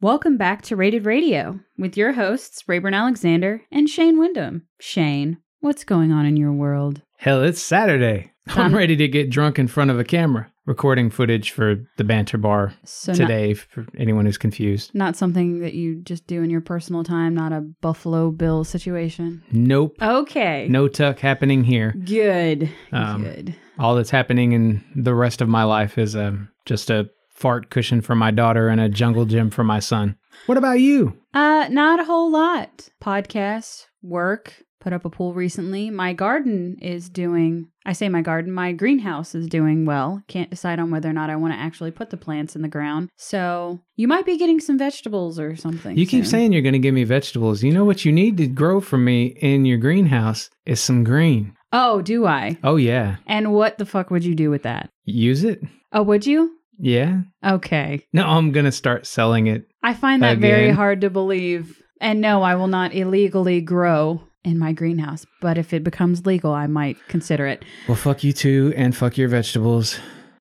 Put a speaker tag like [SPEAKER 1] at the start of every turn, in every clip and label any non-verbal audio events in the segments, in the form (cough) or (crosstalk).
[SPEAKER 1] Welcome back to Rated Radio with your hosts, Rayburn Alexander and Shane Wyndham. Shane, what's going on in your world?
[SPEAKER 2] Hell, it's Saturday. (laughs) I'm
[SPEAKER 1] Done.
[SPEAKER 2] ready to get drunk in front of a camera, recording footage for the banter bar
[SPEAKER 1] So, not,
[SPEAKER 2] today for anyone who's confused.
[SPEAKER 1] not something that you just do in your personal time, not a Buffalo Bill situation.
[SPEAKER 2] Nope.
[SPEAKER 1] Okay.
[SPEAKER 2] No tuck happening here.
[SPEAKER 1] Good.
[SPEAKER 2] Um,
[SPEAKER 1] Good.
[SPEAKER 2] All that's happening in the rest of my life is um, just a fart cushion for my daughter and a jungle gym for my son. What about you?
[SPEAKER 1] Uh, not a whole lot. Podcasts, work, put up a pool recently. My garden is doing, I say my garden, my greenhouse is doing well. Can't decide on whether or not I want to actually put the plants in the ground. So you might be getting some vegetables or something.
[SPEAKER 2] You keep
[SPEAKER 1] soon.
[SPEAKER 2] saying you're going to give me vegetables. You know what you need to grow for me in your greenhouse is some green.
[SPEAKER 1] Oh, do I?
[SPEAKER 2] Oh, yeah.
[SPEAKER 1] And what the fuck would you do with that?
[SPEAKER 2] Use it?
[SPEAKER 1] Oh, would you?
[SPEAKER 2] Yeah.
[SPEAKER 1] Okay.
[SPEAKER 2] No, I'm going to start selling it.
[SPEAKER 1] I find that very
[SPEAKER 2] Again?
[SPEAKER 1] hard to believe. And no, I will not illegally grow in my greenhouse, but if it becomes legal, I might consider it.
[SPEAKER 2] Well, fuck you too, and fuck your vegetables.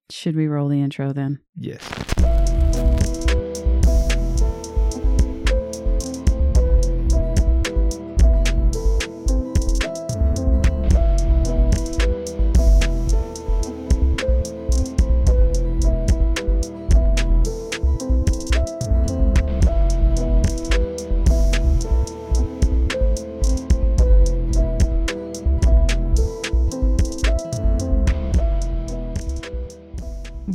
[SPEAKER 1] Should we roll the intro then?
[SPEAKER 2] Yes.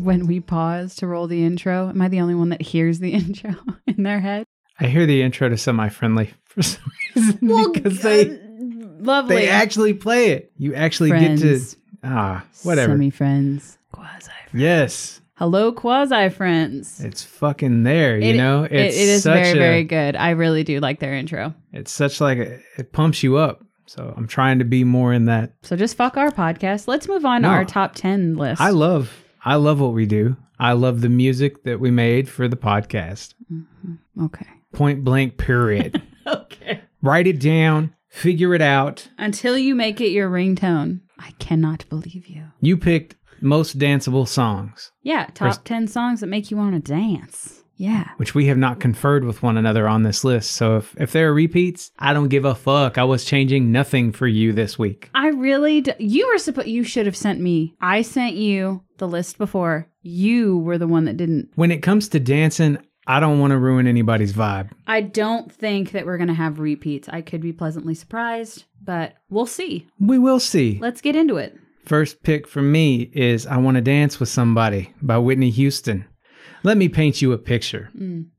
[SPEAKER 1] when we pause to roll the intro, am I the only one that hears the (laughs) intro in their head?
[SPEAKER 2] I hear the intro to semi-friendly (laughs) for some reason because
[SPEAKER 1] uh,
[SPEAKER 2] they
[SPEAKER 1] lovely
[SPEAKER 2] they actually play it. You actually get to
[SPEAKER 1] friends,
[SPEAKER 2] ah whatever.
[SPEAKER 1] semi friends, quasi.
[SPEAKER 2] yes,
[SPEAKER 1] Hello, quasi friends.
[SPEAKER 2] it's fucking there. you
[SPEAKER 1] It-
[SPEAKER 2] know, it's
[SPEAKER 1] It, it is
[SPEAKER 2] such
[SPEAKER 1] very
[SPEAKER 2] a,
[SPEAKER 1] very good. I really do like their intro.
[SPEAKER 2] it's such like a, it pumps you up. So I'm trying to be more in that.
[SPEAKER 1] So just fuck our podcast. Let's move on
[SPEAKER 2] No.
[SPEAKER 1] to our top ten list.
[SPEAKER 2] I love I love what we do. I love the music that we made for the podcast.
[SPEAKER 1] okay.
[SPEAKER 2] Point
[SPEAKER 1] (laughs)
[SPEAKER 2] blank. Period.
[SPEAKER 1] Okay.
[SPEAKER 2] Write it down. Figure it out.
[SPEAKER 1] Until you make it your ringtone, I cannot believe you.
[SPEAKER 2] You picked most danceable songs.
[SPEAKER 1] Yeah, top ten songs that make you want to dance. Yeah.
[SPEAKER 2] which we have not conferred with one another on this list. So if, if there are repeats, I don't give a fuck. I was changing nothing for you this week.
[SPEAKER 1] I really d- you were supposed you should have sent me. I sent you the list before. You were the one that didn't.
[SPEAKER 2] When it comes to dancing, I don't want to ruin anybody's vibe.
[SPEAKER 1] I don't think that we're going to have repeats. I could be pleasantly surprised, but we'll see.
[SPEAKER 2] We will see.
[SPEAKER 1] Let's get into it.
[SPEAKER 2] First pick for me is I Want to Dance with Somebody by Whitney Houston. Let me paint you a picture.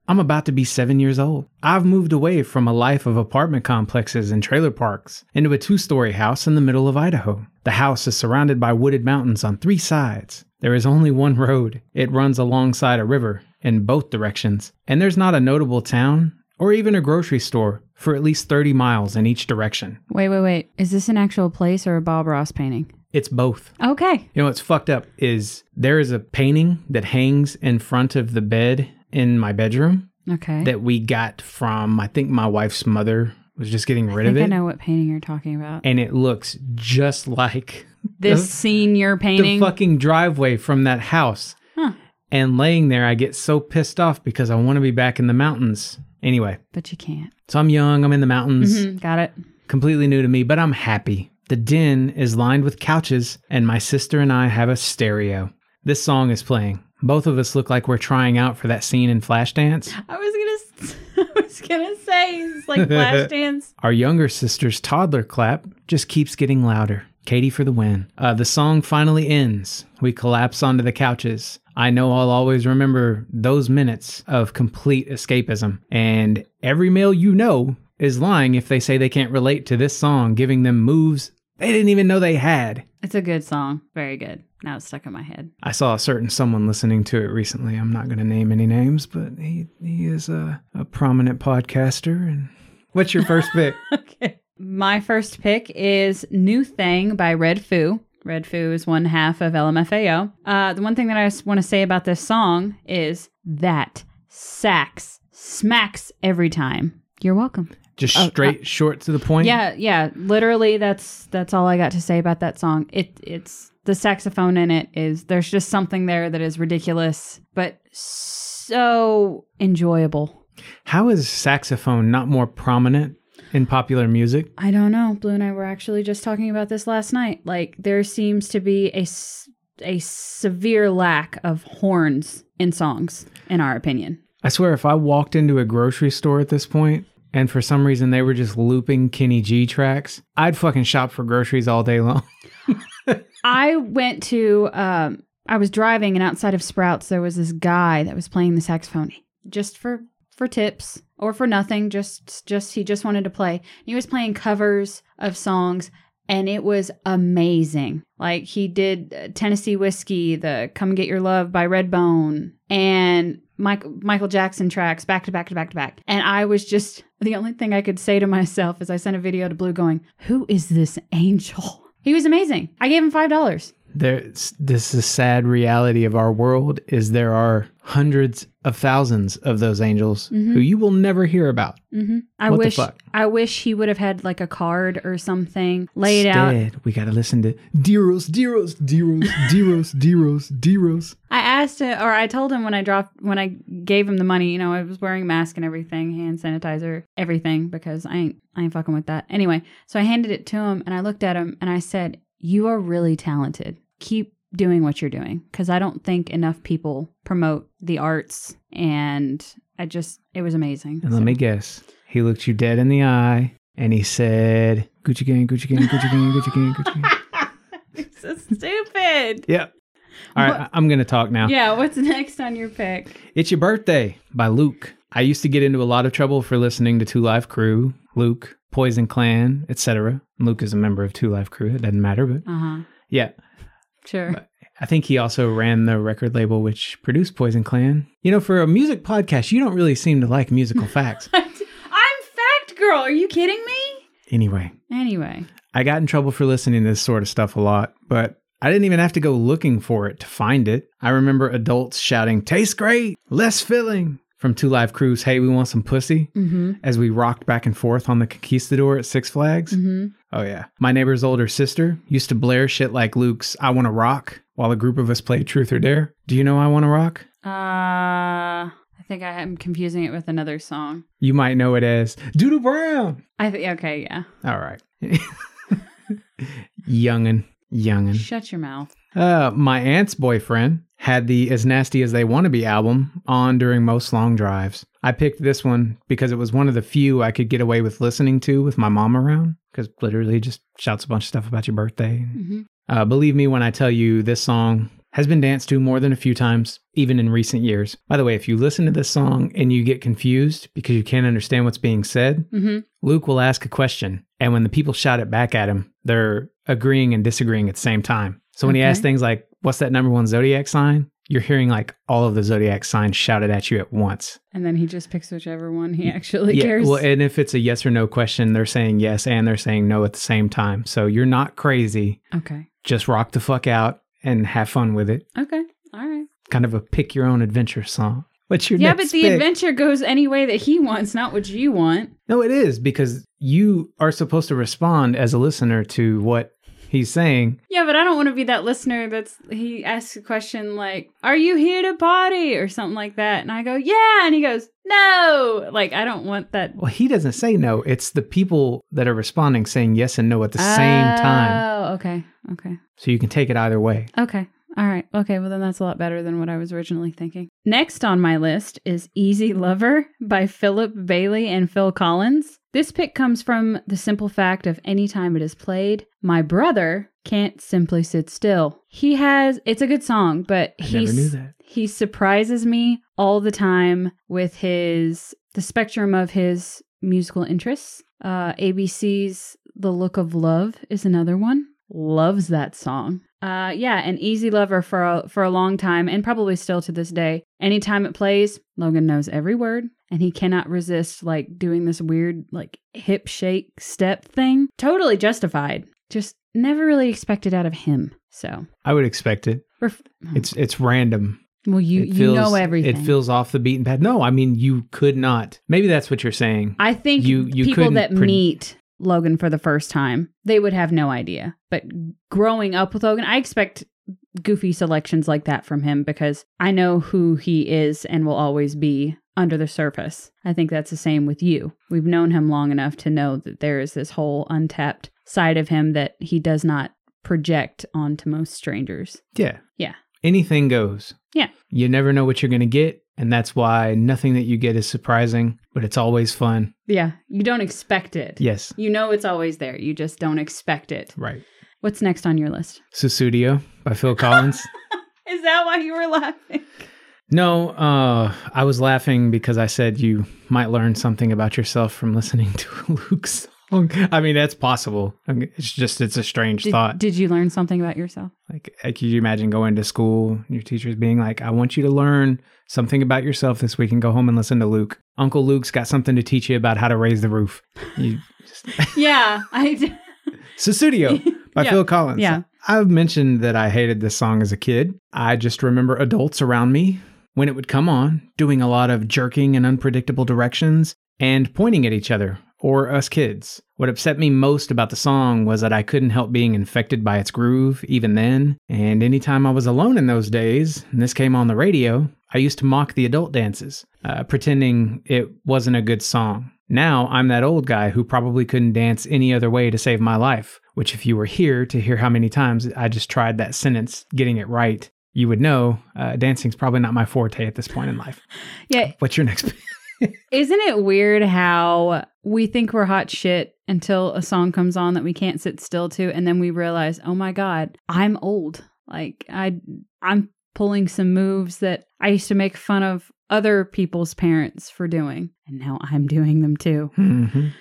[SPEAKER 2] I'm about to be seven years old. I've moved away from a life of apartment complexes and trailer parks into a two story house in the middle of Idaho. The house is surrounded by wooded mountains on three sides. There is only one road, it runs alongside a river in both directions, and there's not a notable town or even a grocery store for at least 30 miles in each direction.
[SPEAKER 1] Wait, wait, wait. Is this an actual place or a Bob Ross painting?
[SPEAKER 2] It's both.
[SPEAKER 1] Okay.
[SPEAKER 2] You know what's fucked up is there is a painting that hangs in front of the bed in my bedroom
[SPEAKER 1] Okay.
[SPEAKER 2] that we got from I think my wife's mother was just getting
[SPEAKER 1] I
[SPEAKER 2] rid
[SPEAKER 1] think I
[SPEAKER 2] of it.
[SPEAKER 1] know what painting you're talking about.
[SPEAKER 2] And it looks just like
[SPEAKER 1] This senior
[SPEAKER 2] the
[SPEAKER 1] painting.
[SPEAKER 2] fucking driveway from that house.
[SPEAKER 1] Huh.
[SPEAKER 2] And laying there I get so pissed off because I want to be back in the mountains. Anyway,
[SPEAKER 1] But you can't.
[SPEAKER 2] so I'm young, I'm in the mountains.
[SPEAKER 1] Mm, got it.
[SPEAKER 2] completely new to me, but I'm happy. The den is lined with couches, and my sister and I have a stereo. This song is playing. Both of us look like we're trying out for that scene in Flashdance.
[SPEAKER 1] I was gonna. (laughs) I was gonna say it's like
[SPEAKER 2] (laughs)
[SPEAKER 1] Flashdance.
[SPEAKER 2] Our younger sister's toddler clap just keeps getting louder. Katie for the win. Uh, the song finally ends. We collapse onto the couches. I know I'll always remember those minutes of complete escapism. And every male you know is lying if they say they can't relate to this song, giving them moves they didn't even know they had.
[SPEAKER 1] It's a good song. Very good. Now it's stuck in my head.
[SPEAKER 2] I saw a certain someone listening to it recently. I'm not going to name any names, but he he is a, a prominent podcaster. And what's your first
[SPEAKER 1] (laughs)
[SPEAKER 2] pick?
[SPEAKER 1] Okay. My first pick is New Thing by Red Foo. Red Foo is one half of LMFAO. Uh, the one thing that I want to say about this song is that sax smacks every time. You're welcome.
[SPEAKER 2] Just
[SPEAKER 1] Oh, uh,
[SPEAKER 2] straight, short to the point.
[SPEAKER 1] Yeah, yeah. Literally, that's that's all I got to say about that song. It it's the saxophone in it is there's just something there that is ridiculous, but so enjoyable.
[SPEAKER 2] How is saxophone not more prominent in popular music?
[SPEAKER 1] I don't know. Blue and I were actually just talking about this last night. Like there seems to be a s- a severe lack of horns in songs, in our opinion.
[SPEAKER 2] I swear, if I walked into a grocery store at this point and for some reason they were just looping Kenny G tracks, I'd fucking shop for groceries all day long.
[SPEAKER 1] I went to um I was driving and outside of Sprouts there was this guy that was playing the saxophone just for for tips or for nothing just just he just wanted to play. He was playing covers of songs and it was amazing. Like he did uh, Tennessee Whiskey, the Come Get Your Love by Redbone and Michael Michael Jackson tracks back to back to back to back. And I was just the only thing I could say to myself is I sent a video to Blue going, "Who is this angel?" He was amazing. I gave him five dollars.
[SPEAKER 2] There's this is a sad reality of our world is there are hundreds of thousands of those angels who you will never hear about.
[SPEAKER 1] Mm-hmm. I
[SPEAKER 2] What the
[SPEAKER 1] wish
[SPEAKER 2] fuck?
[SPEAKER 1] I wish he would have had like a card or something laid out.
[SPEAKER 2] Instead, we gotta listen to Deros, Deros, Deros, (laughs) Deros, Deros, Deros.
[SPEAKER 1] I asked it, or I told him when I dropped when I gave him the money. You know, I was wearing a mask and everything, hand sanitizer, everything, because I ain't I ain't fucking with that. Anyway, so I handed it to him and I looked at him and I said, "You are really talented. Keep." Doing what you're doing because I don't think enough people promote the arts, and I just it was amazing.
[SPEAKER 2] And let me guess, he looked you dead in the eye and he said, Gucci gang, Gucci gang, Gucci gang, Gucci gang,
[SPEAKER 1] (laughs)
[SPEAKER 2] Gucci gang.
[SPEAKER 1] It's so stupid.
[SPEAKER 2] Yep. All right, I- I'm gonna talk now.
[SPEAKER 1] Yeah, what's (laughs) next on your pick?
[SPEAKER 2] It's Your Birthday by Luke. I used to get into a lot of trouble for listening to Two Live Crew, Luke, Poison Clan, etc. Luke is a member of Two Live Crew. It doesn't matter, but
[SPEAKER 1] Uh huh.
[SPEAKER 2] yeah.
[SPEAKER 1] Sure.
[SPEAKER 2] I think he also ran the record label which produced Poison Clan. You know, for a music podcast, you don't really seem to like musical facts.
[SPEAKER 1] I'm fact girl. Are you kidding me?
[SPEAKER 2] anyway,
[SPEAKER 1] Anyway,
[SPEAKER 2] I got in trouble for listening to this sort of stuff a lot, but I didn't even have to go looking for it to find it. I remember adults shouting, Tastes great, less filling from Two Live Crews, Hey, we want some pussy,
[SPEAKER 1] mm-hmm.
[SPEAKER 2] as we rocked back and forth on the conquistador at Six Flags.
[SPEAKER 1] Mm-hmm.
[SPEAKER 2] Oh, yeah. My neighbor's older sister used to blare shit like Luke's I Wanna Rock while a group of us played Truth or Dare. Do you know I Wanna Rock?
[SPEAKER 1] Uh, I think I am confusing it with another song.
[SPEAKER 2] You might know it as Doodle Brown.
[SPEAKER 1] I think. Okay, yeah.
[SPEAKER 2] All right. (laughs) youngin', youngin'.
[SPEAKER 1] Shut your mouth.
[SPEAKER 2] Uh, my aunt's boyfriend had the As Nasty as They Want to Be album on during most long drives. I picked this one because it was one of the few I could get away with listening to with my mom around, because literally just shouts a bunch of stuff about your birthday.
[SPEAKER 1] Mhm.
[SPEAKER 2] Uh, believe me when I tell you this song has been danced to more than a few times, even in recent years. By the way, if you listen to this song and you get confused because you can't understand what's being said,
[SPEAKER 1] Mm-hmm.
[SPEAKER 2] Luke will ask a question, and when the people shout it back at him, they're agreeing and disagreeing at the same time. So when he
[SPEAKER 1] Okay.
[SPEAKER 2] asks things like, What's that number one zodiac sign? You're hearing like all of the zodiac signs shouted at you at once.
[SPEAKER 1] And then he just picks whichever one he actually cares.
[SPEAKER 2] Well, and if it's a yes or no question, they're saying yes and they're saying no at the same time. So you're not crazy.
[SPEAKER 1] okay.
[SPEAKER 2] Just rock the fuck out and have fun with it.
[SPEAKER 1] Okay. All right.
[SPEAKER 2] Kind of a pick your own adventure song. What's your
[SPEAKER 1] yeah, but
[SPEAKER 2] next
[SPEAKER 1] the
[SPEAKER 2] pick?
[SPEAKER 1] adventure goes any way that he wants, not what you want.
[SPEAKER 2] No, it is because you are supposed to respond as a listener to what he's saying.
[SPEAKER 1] Yeah, but I don't want to be that listener that's he asks a question like, "Are you here to party?" or something like that, and I go, "Yeah," and he goes, "No." Like I don't want that
[SPEAKER 2] Well, he doesn't say no. It's the people that are responding saying yes and no at the same time.
[SPEAKER 1] Oh, okay, okay,
[SPEAKER 2] So you can take it either way.
[SPEAKER 1] okay. All right. Okay. Well, then that's a lot better than what I was originally thinking. Next on my list is Easy Lover by Philip Bailey and Phil Collins. This pick comes from the simple fact of any time it is played, my brother can't simply sit still. He has, it's a good song, but
[SPEAKER 2] I
[SPEAKER 1] he's.
[SPEAKER 2] never knew that.
[SPEAKER 1] He surprises me all the time with his the spectrum of his musical interests. Uh, ABC's "The Look of Love" is another one. Loves that song. Uh, yeah, an easy lover for a, for a long time, and probably still to this day. Anytime it plays, Logan knows every word, and he cannot resist like doing this weird like hip shake step thing. Totally justified. Just never really expected out of him. So,
[SPEAKER 2] I would expect it.
[SPEAKER 1] ref-
[SPEAKER 2] It's it's random.
[SPEAKER 1] well, you
[SPEAKER 2] it
[SPEAKER 1] you know everything.
[SPEAKER 2] It feels off the beaten path. No, I mean you could not. Maybe that's what you're saying.
[SPEAKER 1] I think
[SPEAKER 2] You- you
[SPEAKER 1] people
[SPEAKER 2] couldn't
[SPEAKER 1] that
[SPEAKER 2] pre-
[SPEAKER 1] meet Logan for the first time, they would have no idea. But growing up with Logan, I expect goofy selections like that from him because I know who he is and will always be under the surface. I think that's the same with you. We've known him long enough to know that there is this whole untapped side of him that he does not project onto most strangers.
[SPEAKER 2] Yeah.
[SPEAKER 1] Yeah.
[SPEAKER 2] Anything goes.
[SPEAKER 1] Yeah.
[SPEAKER 2] You never know what you're going to get. And that's why nothing that you get is surprising, but it's always fun.
[SPEAKER 1] Yeah. You don't expect it.
[SPEAKER 2] Yes.
[SPEAKER 1] You know it's always there. You just don't expect it.
[SPEAKER 2] Right.
[SPEAKER 1] What's next on your list?
[SPEAKER 2] Susudio
[SPEAKER 1] (laughs)
[SPEAKER 2] by Phil Collins.
[SPEAKER 1] Is that why you were laughing?
[SPEAKER 2] No, uh, I was laughing because I said you might learn something about yourself from listening (laughs) to Luke's song. I mean, that's possible. I mean, It's just, it's a strange
[SPEAKER 1] Did,
[SPEAKER 2] thought.
[SPEAKER 1] did you learn something about
[SPEAKER 2] (laughs)
[SPEAKER 1] yourself?
[SPEAKER 2] Like, uh, could you imagine going to school, and your teachers being like, I want you to learn something about yourself this week and go home and listen to Luke. Uncle Luke's got something to teach you about how to raise the roof.
[SPEAKER 1] (laughs)
[SPEAKER 2] You just,
[SPEAKER 1] Yeah, (laughs) I did.
[SPEAKER 2] Susudio by
[SPEAKER 1] Yeah.
[SPEAKER 2] Phil Collins.
[SPEAKER 1] Yeah.
[SPEAKER 2] I've mentioned that I hated this song as a kid. I just remember adults around me, when it would come on, doing a lot of jerking in unpredictable directions and pointing at each other or us kids. What upset me most about the song was that I couldn't help being infected by its groove even then. And anytime I was alone in those days, and this came on the radio, I used to mock the adult dances, uh, pretending it wasn't a good song. Now I'm that old guy who probably couldn't dance any other way to save my life, which, if you were here to hear how many times I just tried that sentence, getting it right, you would know uh, dancing's probably not my forte at this point in life.
[SPEAKER 1] Yeah,
[SPEAKER 2] What's your next? (laughs)
[SPEAKER 1] Isn't it weird how we think we're hot shit until a song comes on that we can't sit still to and then we realize, "Oh my god, I'm old." Like I I'm pulling some moves that I used to make fun of other people's parents for doing, and now I'm doing them too. (sighs)
[SPEAKER 2] Mhm.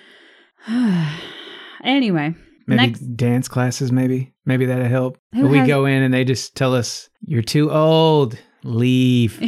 [SPEAKER 1] anyway,
[SPEAKER 2] Maybe
[SPEAKER 1] next
[SPEAKER 2] dance classes, maybe. Maybe that'll help.
[SPEAKER 1] Who
[SPEAKER 2] we
[SPEAKER 1] has-
[SPEAKER 2] go in and they just tell us, you're too old, leave.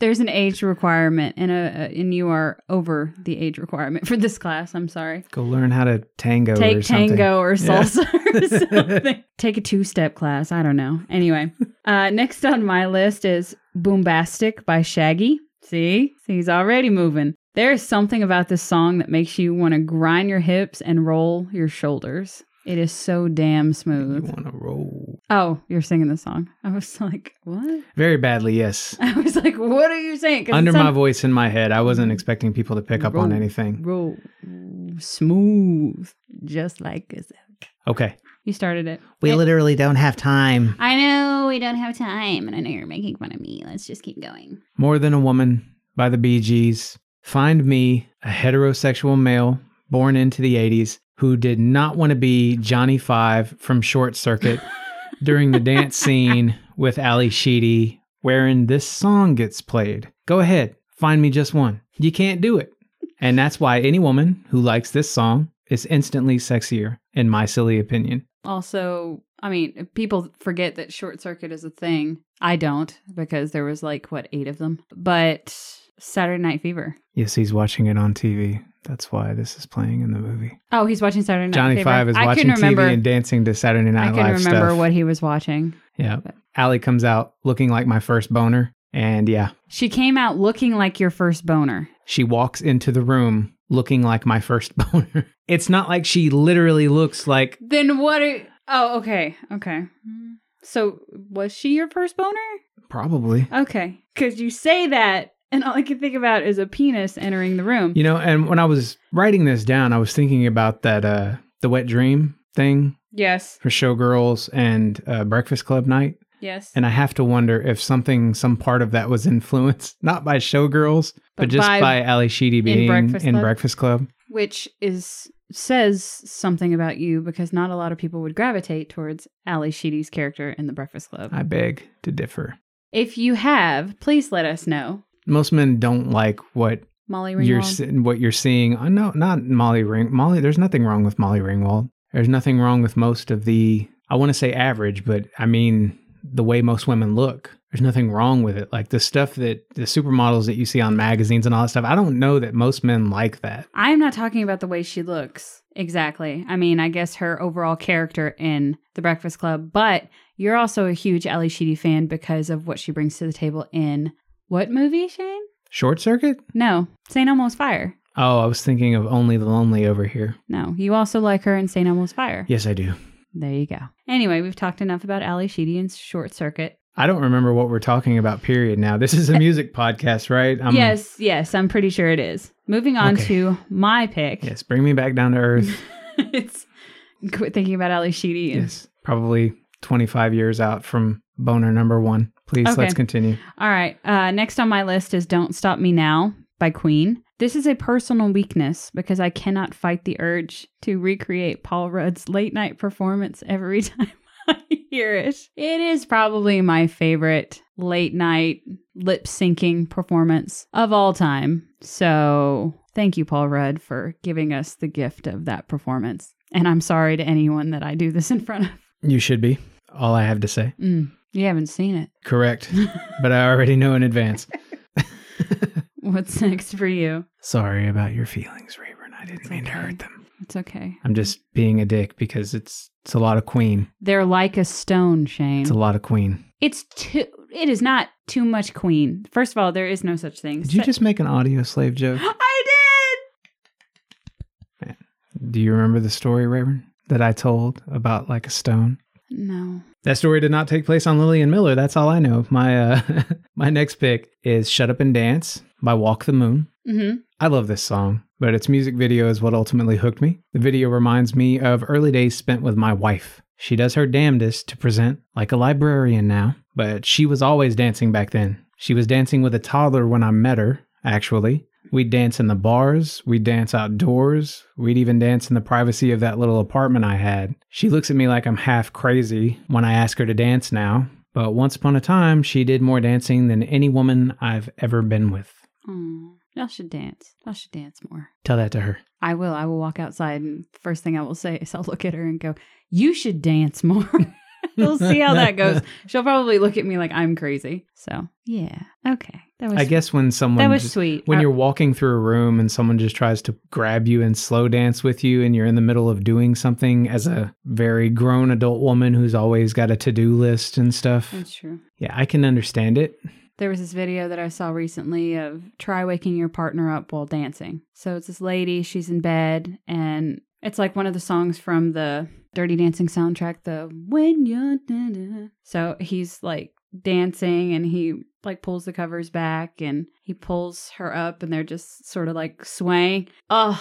[SPEAKER 1] there's an age requirement and a and you are over the age requirement for this class. I'm sorry.
[SPEAKER 2] go learn how to tango or
[SPEAKER 1] take
[SPEAKER 2] something.
[SPEAKER 1] tango or
[SPEAKER 2] Yeah.
[SPEAKER 1] salsa or
[SPEAKER 2] (laughs)
[SPEAKER 1] something. Take a two step class. I don't know. Anyway, uh, next on my list is Boombastic by Shaggy. See? See, he's already moving. There is something about this song that makes you want to grind your hips and roll your shoulders. It is so damn
[SPEAKER 2] You
[SPEAKER 1] smooth.
[SPEAKER 2] want to roll.
[SPEAKER 1] Oh, you're singing the song. I was like, what? (laughs)
[SPEAKER 2] Very badly, yes.
[SPEAKER 1] I was like, what are you saying? 'Cause it
[SPEAKER 2] Under my
[SPEAKER 1] sounded-
[SPEAKER 2] voice in my head, I wasn't expecting people to pick up on
[SPEAKER 1] Roll.
[SPEAKER 2] anything.
[SPEAKER 1] roll mm, smooth, just like a silk.
[SPEAKER 2] Okay.
[SPEAKER 1] You started it.
[SPEAKER 2] literally don't have time.
[SPEAKER 1] I know we don't have time, and I know you're making fun of me. Let's just keep going.
[SPEAKER 2] More Than a Woman by the Bee Gees. Find me a heterosexual male born into the 80s who did not want to be Johnny Five from Short Circuit during the dance scene with Ali Sheedy, wherein this song gets played. Go ahead, find me just one. You can't do it. And that's why any woman who likes this song is instantly sexier, in my silly opinion.
[SPEAKER 1] Also, I mean, people forget that short circuit is a thing. I don't because there was like what eight of them. But Saturday Night Fever.
[SPEAKER 2] Yes, he's watching it on TV. That's why this is playing in the movie.
[SPEAKER 1] Oh, he's watching Saturday Night
[SPEAKER 2] Johnny
[SPEAKER 1] Fever.
[SPEAKER 2] Five is
[SPEAKER 1] I
[SPEAKER 2] watching
[SPEAKER 1] couldn't remember.
[SPEAKER 2] TV and dancing to Saturday
[SPEAKER 1] I
[SPEAKER 2] Night
[SPEAKER 1] couldn't
[SPEAKER 2] Live
[SPEAKER 1] remember
[SPEAKER 2] stuff.
[SPEAKER 1] what he was watching.
[SPEAKER 2] yeah, Allie comes out looking like my first boner, and yeah,
[SPEAKER 1] She came out looking like your first boner.
[SPEAKER 2] she walks into the room looking like my first (laughs) boner. It's not like she literally looks like
[SPEAKER 1] Then what? Are, oh, okay, okay. So was she your first boner?
[SPEAKER 2] probably.
[SPEAKER 1] Okay. Because you say that, and all I can think about is a penis entering the room.
[SPEAKER 2] You know, and when I was writing this down, I was thinking about that uh the wet dream thing
[SPEAKER 1] Yes.
[SPEAKER 2] for showgirls and uh, breakfast club night.
[SPEAKER 1] Yes.
[SPEAKER 2] And I have to wonder if something, some part of that was (laughs) influenced not by Showgirls, but,
[SPEAKER 1] But
[SPEAKER 2] just
[SPEAKER 1] by-
[SPEAKER 2] by, Ali Sheedy being in Breakfast,
[SPEAKER 1] Breakfast Club?
[SPEAKER 2] Club.
[SPEAKER 1] Which is says something about you because not a lot of people would gravitate towards Ali Sheedy's character in The Breakfast Club.
[SPEAKER 2] I beg to differ.
[SPEAKER 1] if you have, please let us know.
[SPEAKER 2] Most men don't like what
[SPEAKER 1] Molly
[SPEAKER 2] you're
[SPEAKER 1] Ringwald.
[SPEAKER 2] se- what you're seeing. Uh, no, not Molly Ring. Molly, there's nothing wrong with Molly Ringwald. There's nothing wrong with most of the. I want to say average, but I mean the way most women look. There's nothing wrong with it. Like the stuff that the supermodels that you see on magazines and all that stuff. I don't know that most men like that.
[SPEAKER 1] I'm not talking about the way she looks exactly. I mean, I guess her overall character in The Breakfast Club, but you're also a huge Ali Sheedy fan because of what she brings to the table in what movie, Shane?
[SPEAKER 2] Short circuit.
[SPEAKER 1] No, St. Elmo's Fire.
[SPEAKER 2] Oh, I was thinking of only the lonely over here.
[SPEAKER 1] No, you also like her in St. Elmo's Fire.
[SPEAKER 2] Yes, I do.
[SPEAKER 1] There you go. Anyway, we've talked enough about Ali Sheedy and Short Circuit.
[SPEAKER 2] I don't remember what we're talking about, period. Now, this is a music podcast, right? I'm,
[SPEAKER 1] yes, yes, I'm pretty sure it is. Moving on
[SPEAKER 2] Um, Okay.
[SPEAKER 1] to my pick.
[SPEAKER 2] Yes, bring me back down to earth.
[SPEAKER 1] (laughs) it's quit thinking about Ali Sheedy. And,
[SPEAKER 2] yes, probably 25 years out from boner number one. Please,
[SPEAKER 1] Okay.
[SPEAKER 2] let's continue.
[SPEAKER 1] All right. Uh, next on my list is Don't Stop Me Now by Queen. This is a personal weakness because I cannot fight the urge to recreate Paul Rudd's late night performance every (laughs) time I hear it. It is probably my favorite late night lip syncing performance of all time. So thank you, Paul Rudd, for giving us the gift of that performance. And I'm sorry to anyone that I do this in front of.
[SPEAKER 2] You should be. All I have to say.
[SPEAKER 1] Mm, you haven't seen it.
[SPEAKER 2] Correct.
[SPEAKER 1] (laughs)
[SPEAKER 2] but I already know in advance.
[SPEAKER 1] What's (laughs) next for you?
[SPEAKER 2] Sorry about your feelings, Rayburn. I didn't
[SPEAKER 1] It's
[SPEAKER 2] mean to
[SPEAKER 1] okay.
[SPEAKER 2] hurt them.
[SPEAKER 1] It's okay.
[SPEAKER 2] I'm just being a dick because it's it's a lot of queen.
[SPEAKER 1] They're like a stone, Shane.
[SPEAKER 2] It's a lot of queen.
[SPEAKER 1] It's too. It is not too much queen. First of all, there is no such thing.
[SPEAKER 2] Did you
[SPEAKER 1] Se-
[SPEAKER 2] just make an audio slave joke?
[SPEAKER 1] (gasps) I did.
[SPEAKER 2] Do you remember the story, Rayburn, that I told about like a stone?
[SPEAKER 1] No.
[SPEAKER 2] That story did not take place on Lillian Miller. That's all I know. My uh, (laughs) my next pick is "Shut Up and Dance" by Walk the Moon.
[SPEAKER 1] Mm-hmm.
[SPEAKER 2] I love this song, but its music video is what ultimately hooked me. The video reminds me of early days spent with my wife. She does her damnedest to present like a librarian now, but she was always dancing back then. She was dancing with a toddler when I met her, actually. We'd dance in the bars, we'd dance outdoors, we'd even dance in the privacy of that little apartment I had. She looks at me like I'm half crazy when I ask her to dance now, but once upon a time, she did more dancing than any woman I've ever been with.
[SPEAKER 1] Oh, y'all should dance. Y'all should dance more.
[SPEAKER 2] Tell that to her.
[SPEAKER 1] I will. I will walk outside, and the first thing I will say is I'll look at her and go, "You should dance more." (laughs) we'll see how that
[SPEAKER 2] (laughs)
[SPEAKER 1] goes. She'll probably look at me like I'm crazy. So yeah. Okay. That was.
[SPEAKER 2] I guess when someone
[SPEAKER 1] that was
[SPEAKER 2] just-
[SPEAKER 1] sweet.
[SPEAKER 2] when
[SPEAKER 1] I-
[SPEAKER 2] you're walking through a room and someone just tries to grab you and slow dance with you and you're in the middle of doing something as a very grown adult woman who's always got a to-do list and stuff.
[SPEAKER 1] That's true.
[SPEAKER 2] Yeah, I can understand it.
[SPEAKER 1] There was this video that I saw recently of try waking your partner up while dancing. So it's this lady, she's in bed, and it's like one of the songs from the Dirty Dancing soundtrack, the When You're. Da-da. So he's like dancing and he like pulls the covers back and he pulls her up and they're just sort of like swaying. Oh,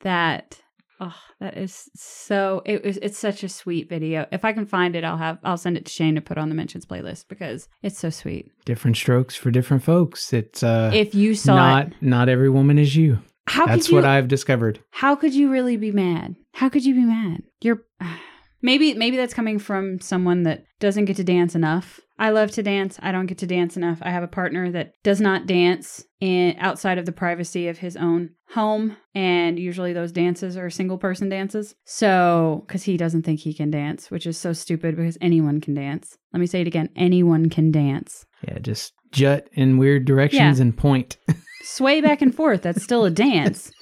[SPEAKER 1] that. Oh, that is so it was it's such a sweet video. If I can find it, I'll have I'll send it to Shane to put on the mentions playlist because it's so sweet
[SPEAKER 2] Different strokes for different folks. It's uh (laughs)
[SPEAKER 1] if you saw
[SPEAKER 2] not
[SPEAKER 1] it,
[SPEAKER 2] not every woman is you.
[SPEAKER 1] how
[SPEAKER 2] That's
[SPEAKER 1] could you?
[SPEAKER 2] what I've discovered.
[SPEAKER 1] how could you really be mad? How could you be mad? You're (sighs) maybe maybe that's coming from someone that doesn't get to dance enough. I love to dance. I don't get to dance enough. I have a partner that does not dance in outside of the privacy of his own home, and usually those dances are single person dances. So, because he doesn't think he can dance, which is so stupid because anyone can dance. Let me say it again: anyone can dance.
[SPEAKER 2] Yeah, just jut in weird directions and point. (laughs)
[SPEAKER 1] sway back and forth. That's still a dance.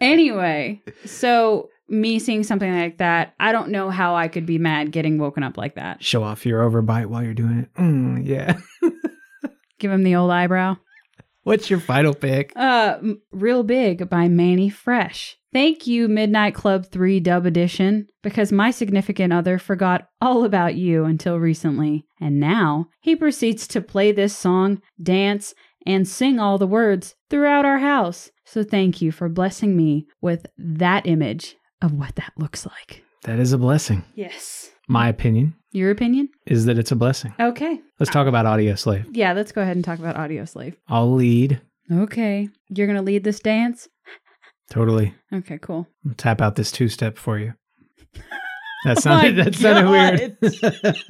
[SPEAKER 1] anyway, so me seeing something like that, I don't know how I could be mad getting woken up like that.
[SPEAKER 2] Show off your overbite while you're doing it. Mm, yeah. (laughs)
[SPEAKER 1] Give him the old eyebrow.
[SPEAKER 2] What's your final pick?
[SPEAKER 1] Uh, M- Real Big by Manny Fresh. Thank you, Midnight Club 3 Dub Edition, because my significant other forgot all about you until recently. And now he proceeds to play this song, dance, and sing all the words throughout our house. So thank you for blessing me with that image of what that looks like.
[SPEAKER 2] That is a blessing.
[SPEAKER 1] Yes.
[SPEAKER 2] My opinion
[SPEAKER 1] Your opinion?
[SPEAKER 2] is that it's a blessing.
[SPEAKER 1] Okay.
[SPEAKER 2] Let's talk about Audio Slave.
[SPEAKER 1] Yeah, let's go ahead and talk about Audio Slave.
[SPEAKER 2] I'll lead.
[SPEAKER 1] Okay. You're going to lead this dance?
[SPEAKER 2] Totally.
[SPEAKER 1] Okay, cool.
[SPEAKER 2] I'll tap out this two step for you.
[SPEAKER 1] (laughs) Oh
[SPEAKER 2] That sounded that sounded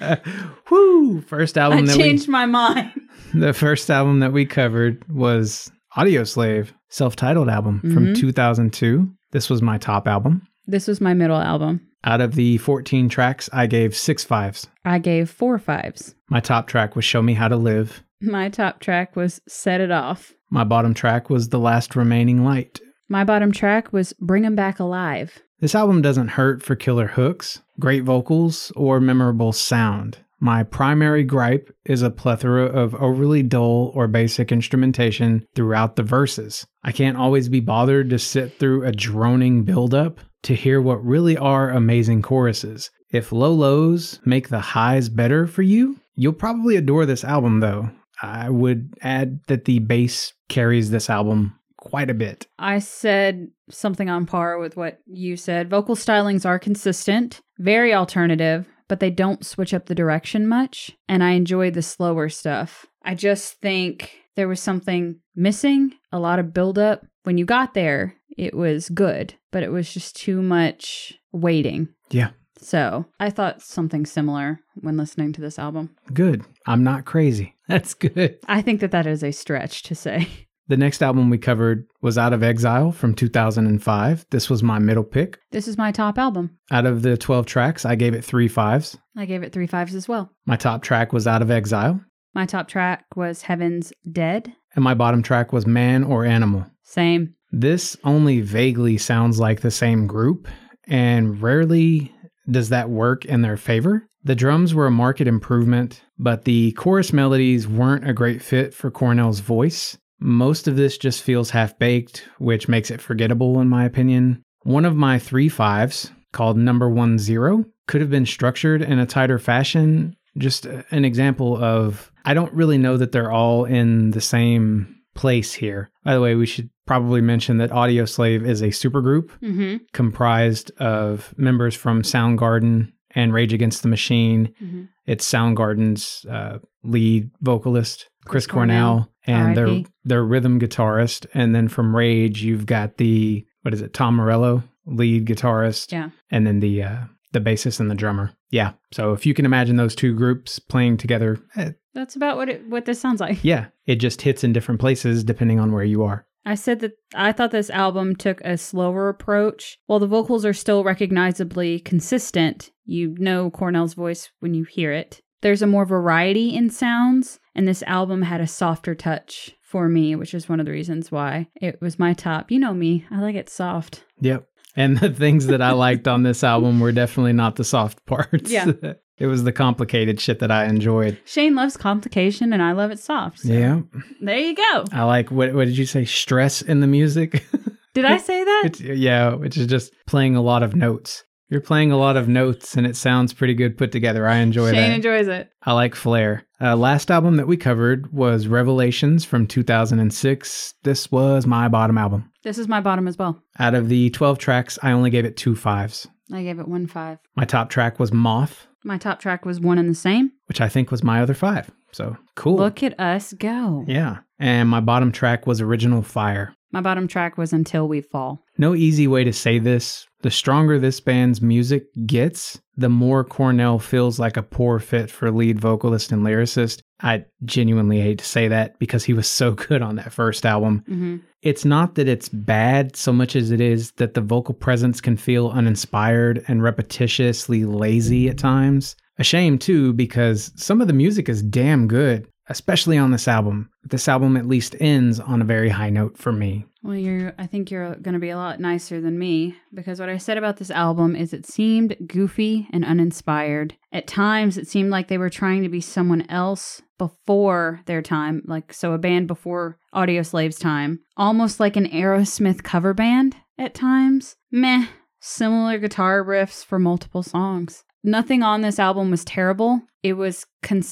[SPEAKER 2] weird. (laughs) Woo! First album
[SPEAKER 1] I
[SPEAKER 2] that
[SPEAKER 1] changed my mind.
[SPEAKER 2] we the first album that we covered was Audio Slave, self titled album from
[SPEAKER 1] Mhm.
[SPEAKER 2] two thousand two. This was my top album.
[SPEAKER 1] This was my middle album.
[SPEAKER 2] Out of the fourteen tracks, I gave six fives.
[SPEAKER 1] I gave four fives.
[SPEAKER 2] My top track was Show Me How to Live.
[SPEAKER 1] My top track was Set It Off.
[SPEAKER 2] My bottom track was The Last Remaining Light.
[SPEAKER 1] My bottom track was Bring 'Em Back Alive.
[SPEAKER 2] This album doesn't hurt for killer hooks, great vocals, or memorable sound. My primary gripe is a plethora of overly dull or basic instrumentation throughout the verses. I can't always be bothered to sit through a droning buildup to hear what really are amazing choruses. If low lows make the highs better for you, You'll probably adore this album, though. I would add that the bass carries this album quite a bit.
[SPEAKER 1] I said something on par with what you said. Vocal stylings are consistent, very alternative, but they don't switch up the direction much. And I enjoy the slower stuff. I just think there was something missing, a lot of buildup. When you got there, it was good, but it was just too much waiting.
[SPEAKER 2] Yeah.
[SPEAKER 1] So I thought something similar when listening to this album.
[SPEAKER 2] Good. I'm not crazy. (laughs) That's good.
[SPEAKER 1] I think that that is a stretch to say. (laughs)
[SPEAKER 2] The next album we covered was Out of Exile from 2005. This was my middle pick.
[SPEAKER 1] This is my top album.
[SPEAKER 2] Out of the 12 tracks, I gave it three fives.
[SPEAKER 1] I gave it three fives as well.
[SPEAKER 2] My top track was Out of Exile,
[SPEAKER 1] My top track was Heaven's Dead.
[SPEAKER 2] and my bottom track was Man or Animal.
[SPEAKER 1] Same.
[SPEAKER 2] This only vaguely sounds like the same group, and rarely does that work in their favor. The drums were a marked improvement, but the chorus melodies weren't a great fit for Cornell's voice. Most of this just feels half baked, which makes it forgettable, in my opinion. One of my three fives, called number one zero, could have been structured in a tighter fashion. Just an example of I don't really know that they're all in the same place here. By the way, we should probably mention that Audio Slave is a supergroup
[SPEAKER 1] Mm-hmm.
[SPEAKER 2] comprised of members from Soundgarden and Rage Against the Machine.
[SPEAKER 1] Mhm.
[SPEAKER 2] It's Soundgarden's uh, lead vocalist
[SPEAKER 1] Chris
[SPEAKER 2] Chris, Cornell,
[SPEAKER 1] Cornell.
[SPEAKER 2] and their
[SPEAKER 1] R.I.P..
[SPEAKER 2] their rhythm guitarist, and then from Rage you've got the what is it Tom Morello, lead guitarist,
[SPEAKER 1] Yeah.
[SPEAKER 2] and then the uh, the bassist and the drummer. Yeah, so if you can imagine those two groups playing together, eh,
[SPEAKER 1] That's about what it, what this sounds like.
[SPEAKER 2] yeah, it just hits in different places depending on where you are.
[SPEAKER 1] I said that I thought this album took a slower approach. While the vocals are still recognizably consistent, you know Cornell's voice when you hear it. There's a more variety in sounds, and this album had a softer touch for me, which is one of the reasons why it was my top. You know me, I like it soft.
[SPEAKER 2] Yep. And the things that I liked
[SPEAKER 1] (laughs)
[SPEAKER 2] on this album were definitely not the soft parts.
[SPEAKER 1] Yeah.
[SPEAKER 2] (laughs) it was the complicated shit that I enjoyed.
[SPEAKER 1] Shane loves complication, and I love it soft. so
[SPEAKER 2] Yeah.
[SPEAKER 1] There you go.
[SPEAKER 2] I like what what did you say? Stress in
[SPEAKER 1] (laughs)
[SPEAKER 2] the music? (laughs)
[SPEAKER 1] Did I say that?
[SPEAKER 2] it's, yeah, which is just playing a lot of notes. You're playing a lot of notes and it sounds pretty good put together. I enjoy
[SPEAKER 1] Shane
[SPEAKER 2] that.
[SPEAKER 1] enjoys it.
[SPEAKER 2] I like flair. Uh, last album that we covered was Revelations from 2006. This was my bottom album.
[SPEAKER 1] This is my bottom as well.
[SPEAKER 2] Out of the 12 tracks, I only gave it two fives.
[SPEAKER 1] I gave it one five.
[SPEAKER 2] My top track was Moth,
[SPEAKER 1] My top track was one and the same.
[SPEAKER 2] which I think was my other five. So cool.
[SPEAKER 1] Look at us go.
[SPEAKER 2] Yeah. And my bottom track was Original Fire.
[SPEAKER 1] My bottom track was Until We Fall.
[SPEAKER 2] No easy way to say this. The stronger this band's music gets, the more Cornell feels like a poor fit for lead vocalist and lyricist. I genuinely hate to say that because he was so (laughs) good on that first album.
[SPEAKER 1] hmm
[SPEAKER 2] It's not that it's bad so much as it is that the vocal presence can feel uninspired and repetitiously lazy at times. A shame, too, because some of the music is damn good, especially on this album. This album at least ends on a very high note for me.
[SPEAKER 1] Well, you're. I think you're going to be a lot nicer than me because what I said about this album is it seemed goofy and uninspired. At times, it seemed like they were trying to be someone else before their time, like so a band before Audio Slave's time, almost like an Aerosmith cover band. At times, meh. Similar guitar riffs for multiple songs. Nothing on this album was terrible. It was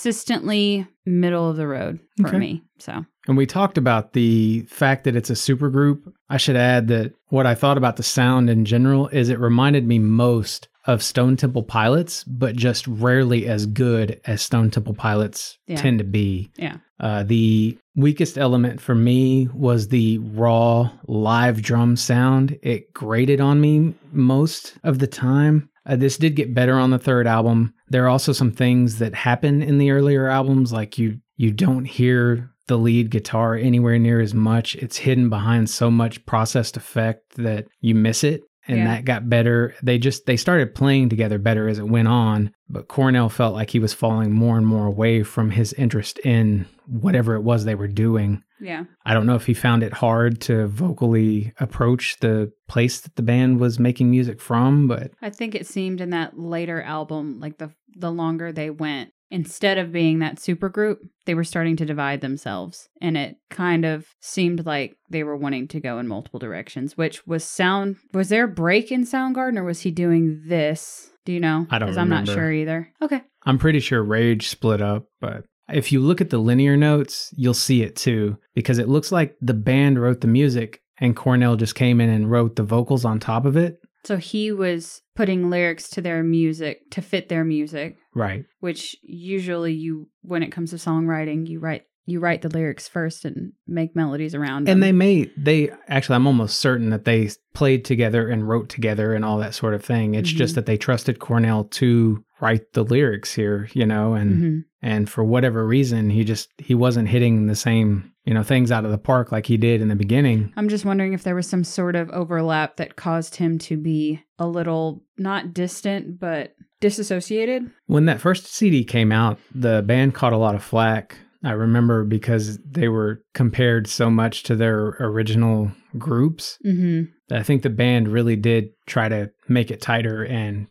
[SPEAKER 1] consistently middle of the road for
[SPEAKER 2] Okay.
[SPEAKER 1] me. So
[SPEAKER 2] And we talked about the fact that it's a supergroup. I should add that what I thought about the sound in general is it reminded me most of Stone Temple Pilots, but just rarely as good as Stone Temple Pilots
[SPEAKER 1] Yeah.
[SPEAKER 2] tend to be.
[SPEAKER 1] Yeah.
[SPEAKER 2] Uh, the weakest element for me was the raw live drum sound. It grated on me most of the time. Uh, this did get better on the third album. There are also some things that happen in the earlier albums, like you you don't hear the lead guitar anywhere near as much. It's hidden behind so much processed effect that you miss it. And
[SPEAKER 1] Yeah.
[SPEAKER 2] that got better. They just they started playing together better as it went on, but Cornell felt like he was falling more and more away from his interest in whatever it was they were doing.
[SPEAKER 1] yeah,
[SPEAKER 2] I don't know if he found it hard to vocally approach the place that the band was making music from, but
[SPEAKER 1] I think it seemed in that later album, like the the longer they went, instead of being that supergroup, they were starting to divide themselves, and it kind of seemed like they were wanting to go in multiple directions. Which was sound was there a break in Soundgarden, or was he doing this? Do you know?
[SPEAKER 2] I don't
[SPEAKER 1] I'm not
[SPEAKER 2] remember.
[SPEAKER 1] sure either. Okay,
[SPEAKER 2] I'm pretty sure Rage split up, but if you look at the linear notes, you'll see it too, because it looks like the band wrote the music and Cornell just came in and wrote the vocals on top of it.
[SPEAKER 1] So he was putting lyrics to their music to fit their music,
[SPEAKER 2] Right.
[SPEAKER 1] which usually you, when it comes to songwriting, you write you write the lyrics first and make melodies around them.
[SPEAKER 2] And they may, they actually, I'm almost certain that they played together and wrote together and all that sort of thing. It's just
[SPEAKER 1] Mhm.
[SPEAKER 2] that they trusted Cornell to write the lyrics here, you know, and
[SPEAKER 1] Mhm.
[SPEAKER 2] and for whatever reason he just he wasn't hitting the same you know things out of the park like he did in the beginning
[SPEAKER 1] I'm just wondering if there was some sort of overlap that caused him to be a little not distant but disassociated.
[SPEAKER 2] when that first cd came out the band caught a lot of flack i remember because they were compared so much to their original groups
[SPEAKER 1] Mm-hmm.
[SPEAKER 2] that i think the band really did try to make it tighter and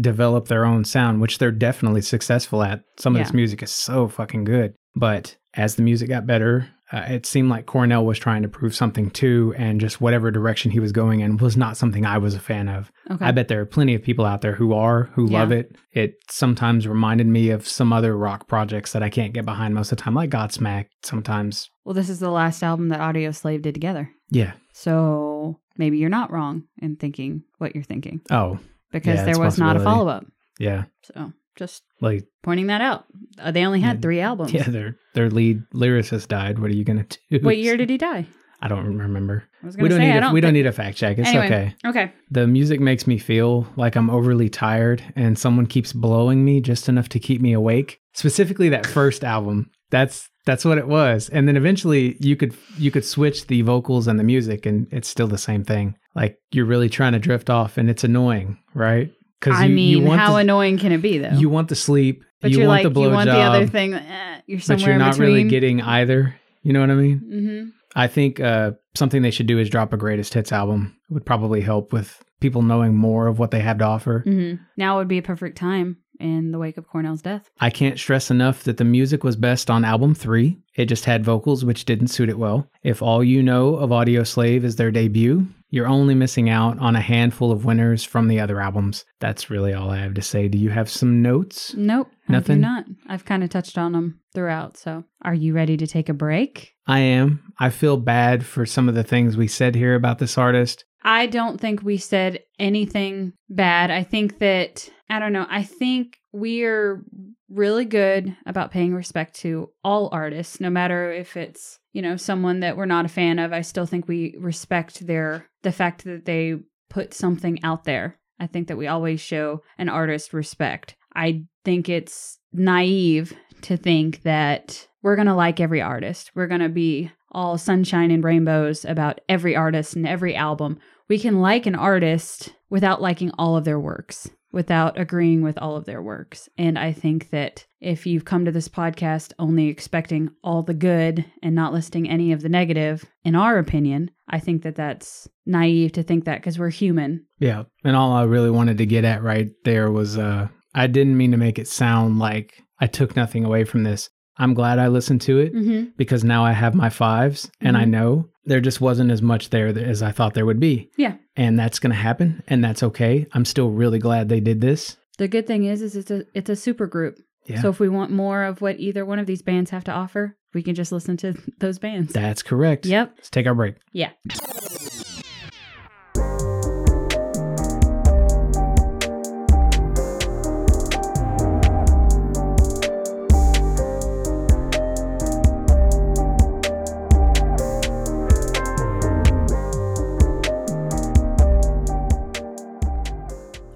[SPEAKER 2] develop their own sound which they're definitely successful at some of
[SPEAKER 1] Yeah.
[SPEAKER 2] this music is so fucking good but as the music got better uh, it seemed like cornell was trying to prove something too and just whatever direction he was going in was not something i was a fan of
[SPEAKER 1] Okay.
[SPEAKER 2] I bet there are plenty of people out there who are, who
[SPEAKER 1] Yeah.
[SPEAKER 2] love it. It sometimes reminded me of some other rock projects that I can't get behind most of the time, like Godsmack sometimes.
[SPEAKER 1] Well, this is the last album that Audio Slave did together.
[SPEAKER 2] Yeah.
[SPEAKER 1] So maybe you're not wrong in thinking what you're thinking
[SPEAKER 2] Oh,
[SPEAKER 1] because
[SPEAKER 2] Yeah, it's
[SPEAKER 1] there was not a
[SPEAKER 2] possibility.
[SPEAKER 1] follow up.
[SPEAKER 2] yeah.
[SPEAKER 1] So just
[SPEAKER 2] Like,
[SPEAKER 1] pointing that out. Uh, They only had
[SPEAKER 2] (laughs) Yeah.
[SPEAKER 1] three albums.
[SPEAKER 2] yeah, their their lead lyricist died. What are you gonna do?
[SPEAKER 1] Um, What year did he die?
[SPEAKER 2] (laughs) I don't remember.
[SPEAKER 1] I was
[SPEAKER 2] We
[SPEAKER 1] going to
[SPEAKER 2] don't
[SPEAKER 1] say
[SPEAKER 2] need
[SPEAKER 1] I
[SPEAKER 2] a,
[SPEAKER 1] don't.
[SPEAKER 2] we don't
[SPEAKER 1] thi-
[SPEAKER 2] need a fact check. It's
[SPEAKER 1] Anyway.
[SPEAKER 2] okay.
[SPEAKER 1] okay.
[SPEAKER 2] The music makes me feel like I'm overly tired, and someone keeps blowing me just enough to keep me awake. Specifically, that first album. That's that's what it was. And then eventually, you could you could switch the vocals and the music, and it's still the same thing. Like you're really trying to drift off, and it's annoying, right?
[SPEAKER 1] I
[SPEAKER 2] you,
[SPEAKER 1] mean,
[SPEAKER 2] you want
[SPEAKER 1] how
[SPEAKER 2] the,
[SPEAKER 1] annoying can it be though?
[SPEAKER 2] you want the sleep,
[SPEAKER 1] but
[SPEAKER 2] you
[SPEAKER 1] are
[SPEAKER 2] want
[SPEAKER 1] like
[SPEAKER 2] the blowjob,
[SPEAKER 1] you want the other thing. eh, you're
[SPEAKER 2] but
[SPEAKER 1] somewhere
[SPEAKER 2] you're not
[SPEAKER 1] in between.
[SPEAKER 2] really getting either. You know what I mean?
[SPEAKER 1] hmm
[SPEAKER 2] I think uh, something they should do is drop a greatest hits album. It would probably help with people knowing more of what they have to offer.
[SPEAKER 1] hmm Now would be a perfect time in the wake of Cornell's death.
[SPEAKER 2] I can't stress enough that the music was best on album three. It just had vocals which didn't suit it well. If all you know of Audio Slave is their debut, you're only missing out on a handful of winners from the other albums. That's really all I have to say. Do you have some notes?
[SPEAKER 1] Nope. I
[SPEAKER 2] Nothing?
[SPEAKER 1] do not. I've kind of touched on them throughout. So are you ready to take a break?
[SPEAKER 2] I am. I feel bad for some of the things we said here about this artist.
[SPEAKER 1] I don't think we said anything bad. I think that, I don't know, I think we're really good about paying respect to all artists, no matter if it's, you know, someone that we're not a fan of. I still think we respect their, the fact that they put something out there. I think that we always show an artist respect. I think it's naive to think that we're going to like every artist. We're going to be all sunshine and rainbows about every artist and every album. We can like an artist without liking all of their works, without agreeing with all of their works. And I think that if you've come to this podcast only expecting all the good and not listing any of the negative, in our opinion, I think that that's naive to think that because we're human.
[SPEAKER 2] Yeah. And all I really wanted to get at right there was uh I didn't mean to make it sound like I took nothing away from this. I'm glad I listened to it.
[SPEAKER 1] Mm-hmm.
[SPEAKER 2] because now I have my 5s and I
[SPEAKER 1] Mhm.
[SPEAKER 2] know there just wasn't as much there th- as I thought there would be.
[SPEAKER 1] Yeah.
[SPEAKER 2] And that's going to happen and that's okay. I'm still really glad they did this.
[SPEAKER 1] The good thing is, is it's a it's a super group.
[SPEAKER 2] Yeah.
[SPEAKER 1] So if we want more of what either one of these bands have to offer, we can just listen to (laughs) those bands.
[SPEAKER 2] That's correct.
[SPEAKER 1] Yep.
[SPEAKER 2] Let's take our break.
[SPEAKER 1] Yeah.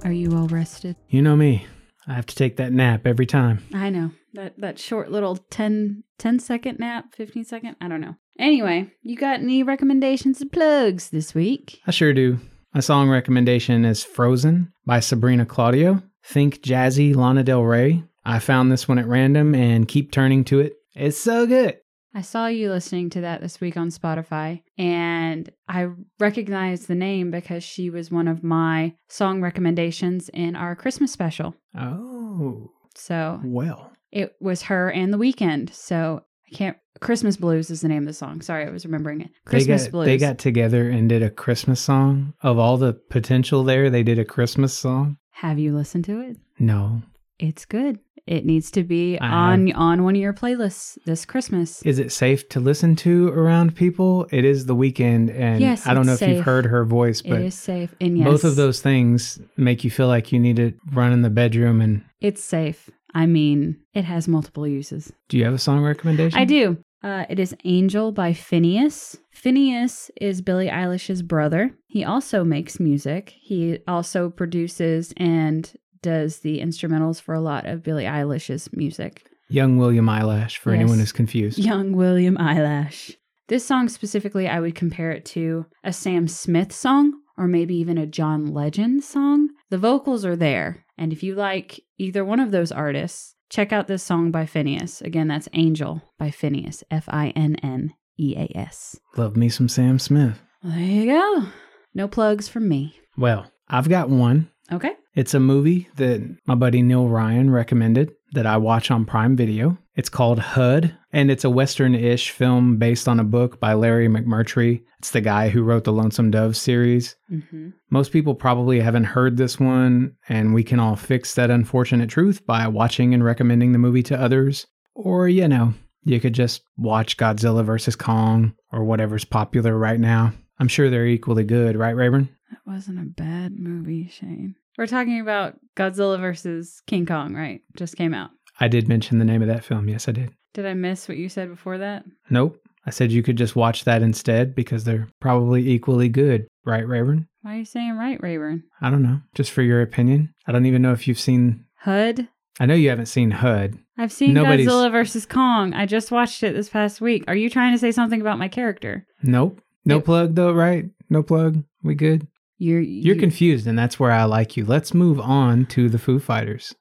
[SPEAKER 1] Are you all rested?
[SPEAKER 2] You know me. I have to take that nap every time.
[SPEAKER 1] I know. That that short little 10, 10 second nap, 15 second, I don't know. Anyway, you got any recommendations and plugs this week?
[SPEAKER 2] I sure do. My song recommendation is Frozen by Sabrina Claudio. Think jazzy Lana Del Rey. I found this one at random and keep turning to it. It's so good.
[SPEAKER 1] I saw you listening to that this week on Spotify, and I recognized the name because she was one of my song recommendations in our Christmas special.
[SPEAKER 2] Oh,
[SPEAKER 1] So
[SPEAKER 2] well.
[SPEAKER 1] it was her and The Weekend. So I can't. Christmas Blues is the name of the song. Sorry, I was remembering it. Christmas
[SPEAKER 2] they got,
[SPEAKER 1] Blues.
[SPEAKER 2] They got together and did a Christmas song. Of all the potential there, they did a Christmas song.
[SPEAKER 1] Have you listened to it?
[SPEAKER 2] No,
[SPEAKER 1] It's good. It needs to be
[SPEAKER 2] I
[SPEAKER 1] on on one of your playlists this Christmas.
[SPEAKER 2] Is it safe to listen to around people? It is the weekend, and
[SPEAKER 1] Yes,
[SPEAKER 2] I don't
[SPEAKER 1] it's
[SPEAKER 2] know if
[SPEAKER 1] safe.
[SPEAKER 2] you've heard her voice, but
[SPEAKER 1] it is safe. And yes,
[SPEAKER 2] both of those things make you feel like you need to run in the bedroom. And
[SPEAKER 1] It's safe. I mean, it has multiple uses.
[SPEAKER 2] do you have a song recommendation?
[SPEAKER 1] I do. Uh, it is Angel by Phineas. Phineas is Billie Eilish's brother. He also makes music. He also produces and does the instrumentals for a lot of Billie Eilish's music.
[SPEAKER 2] Young William Eyelash, for
[SPEAKER 1] Yes.
[SPEAKER 2] anyone who's confused.
[SPEAKER 1] Young William Eyelash. This song specifically, I would compare it to a Sam Smith song or maybe even a John Legend song. The vocals are there. And if you like either one of those artists, check out this song by Phineas. Again, that's Angel by Phineas, F I N N E A S.
[SPEAKER 2] Love me some Sam Smith.
[SPEAKER 1] There you go. No plugs from me.
[SPEAKER 2] Well, I've got one.
[SPEAKER 1] Okay.
[SPEAKER 2] It's a movie that my buddy Neil Ryan recommended that I watch on Prime Video. It's called HUD, and it's a Western ish film based on a book by Larry McMurtry. It's the guy who wrote the Lonesome Dove series.
[SPEAKER 1] Mm-hmm.
[SPEAKER 2] Most people probably haven't heard this one, and we can all fix that unfortunate truth by watching and recommending the movie to others. Or, you know, you could just watch Godzilla vs. Kong or whatever's popular right now. I'm sure they're equally good, right, Rayburn?
[SPEAKER 1] That wasn't a bad movie, Shane. We're talking about Godzilla versus King Kong, right? Just came out.
[SPEAKER 2] I did mention the name of that film. Yes, I did.
[SPEAKER 1] Did I miss what you said before that?
[SPEAKER 2] Nope. I said you could just watch that instead because they're probably equally good, right, Rayburn?
[SPEAKER 1] Why are you saying right, Rayburn?
[SPEAKER 2] I don't know. Just for your opinion. I don't even know if you've seen.
[SPEAKER 1] HUD.
[SPEAKER 2] I know you haven't seen HUD.
[SPEAKER 1] I've seen
[SPEAKER 2] Nobody's-
[SPEAKER 1] Godzilla versus Kong. I just watched it this past week. Are you trying to say something about my character?
[SPEAKER 2] Nope. No
[SPEAKER 1] Nope.
[SPEAKER 2] plug though, right? No plug. We good.
[SPEAKER 1] You're
[SPEAKER 2] You're
[SPEAKER 1] you-
[SPEAKER 2] confused, and that's where I like you. Let's move on to the Foo Fighters.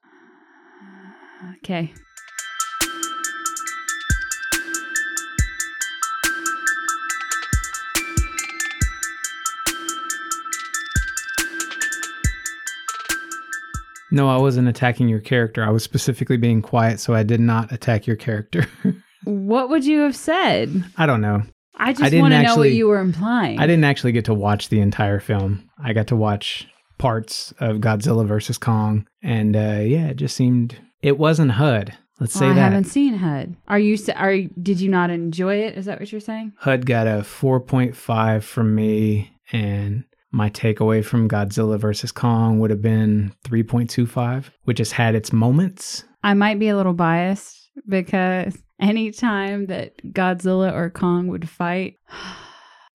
[SPEAKER 1] Okay.
[SPEAKER 2] No, I wasn't attacking your character. I was specifically being quiet, so I did not attack your character. (laughs)
[SPEAKER 1] What would you have said?
[SPEAKER 2] I don't know.
[SPEAKER 1] I just
[SPEAKER 2] didn't
[SPEAKER 1] want to know what
[SPEAKER 2] actually-
[SPEAKER 1] you were implying.
[SPEAKER 2] I didn't actually get to watch the entire film. I got to watch parts of Godzilla versus Kong, and uh, yeah, it just seemed it wasn't HUD. Let's
[SPEAKER 1] Well,
[SPEAKER 2] say
[SPEAKER 1] I
[SPEAKER 2] that
[SPEAKER 1] haven't seen HUD. Are you? s- Are you- did you not enjoy it? Is that what you're saying?
[SPEAKER 2] HUD got a 4.5 from me, and my takeaway from Godzilla versus Kong would have been 3.25, which has had its moments.
[SPEAKER 1] I might be a little biased because (laughs) any time that Godzilla or Kong would fight, (sighs)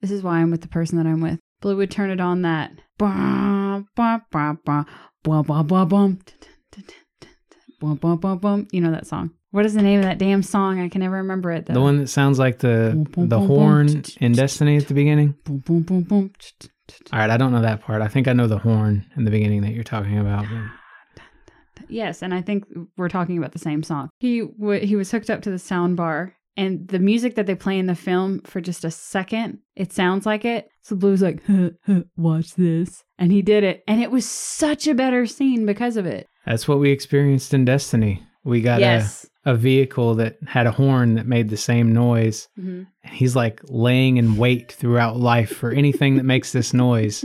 [SPEAKER 1] this is why I'm with the person that I'm with. Blue would turn it on that. "Bah, bah, bah, bah, bah, bah, bah, bum, t- t- t- t- t- bum, bum, bum, bum." You know that song. What is the name of that damn song? I can never remember it.
[SPEAKER 2] The one that sounds like the
[SPEAKER 1] Boom, boom,
[SPEAKER 2] the
[SPEAKER 1] boom,
[SPEAKER 2] horn
[SPEAKER 1] boom.
[SPEAKER 2] in Destiny at the beginning.
[SPEAKER 1] Boom, boom, boom, boom. t- t- t- t-
[SPEAKER 2] All right, I don't know that part. I think I know the horn in the beginning that you're talking about. but-
[SPEAKER 1] Yes, and I think we're talking about the same song. He w- he was hooked up to the sound bar, and the music that they play in the film for just a second, it sounds like it. So Blue's like, "Huh, huh, "Watch this," and he did it, and it was such a better scene because of it.
[SPEAKER 2] That's what we experienced in Destiny. We got a
[SPEAKER 1] yes,
[SPEAKER 2] a vehicle that had a horn that made the same noise.
[SPEAKER 1] Mhm.
[SPEAKER 2] And he's like laying in wait throughout life for anything that makes this noise.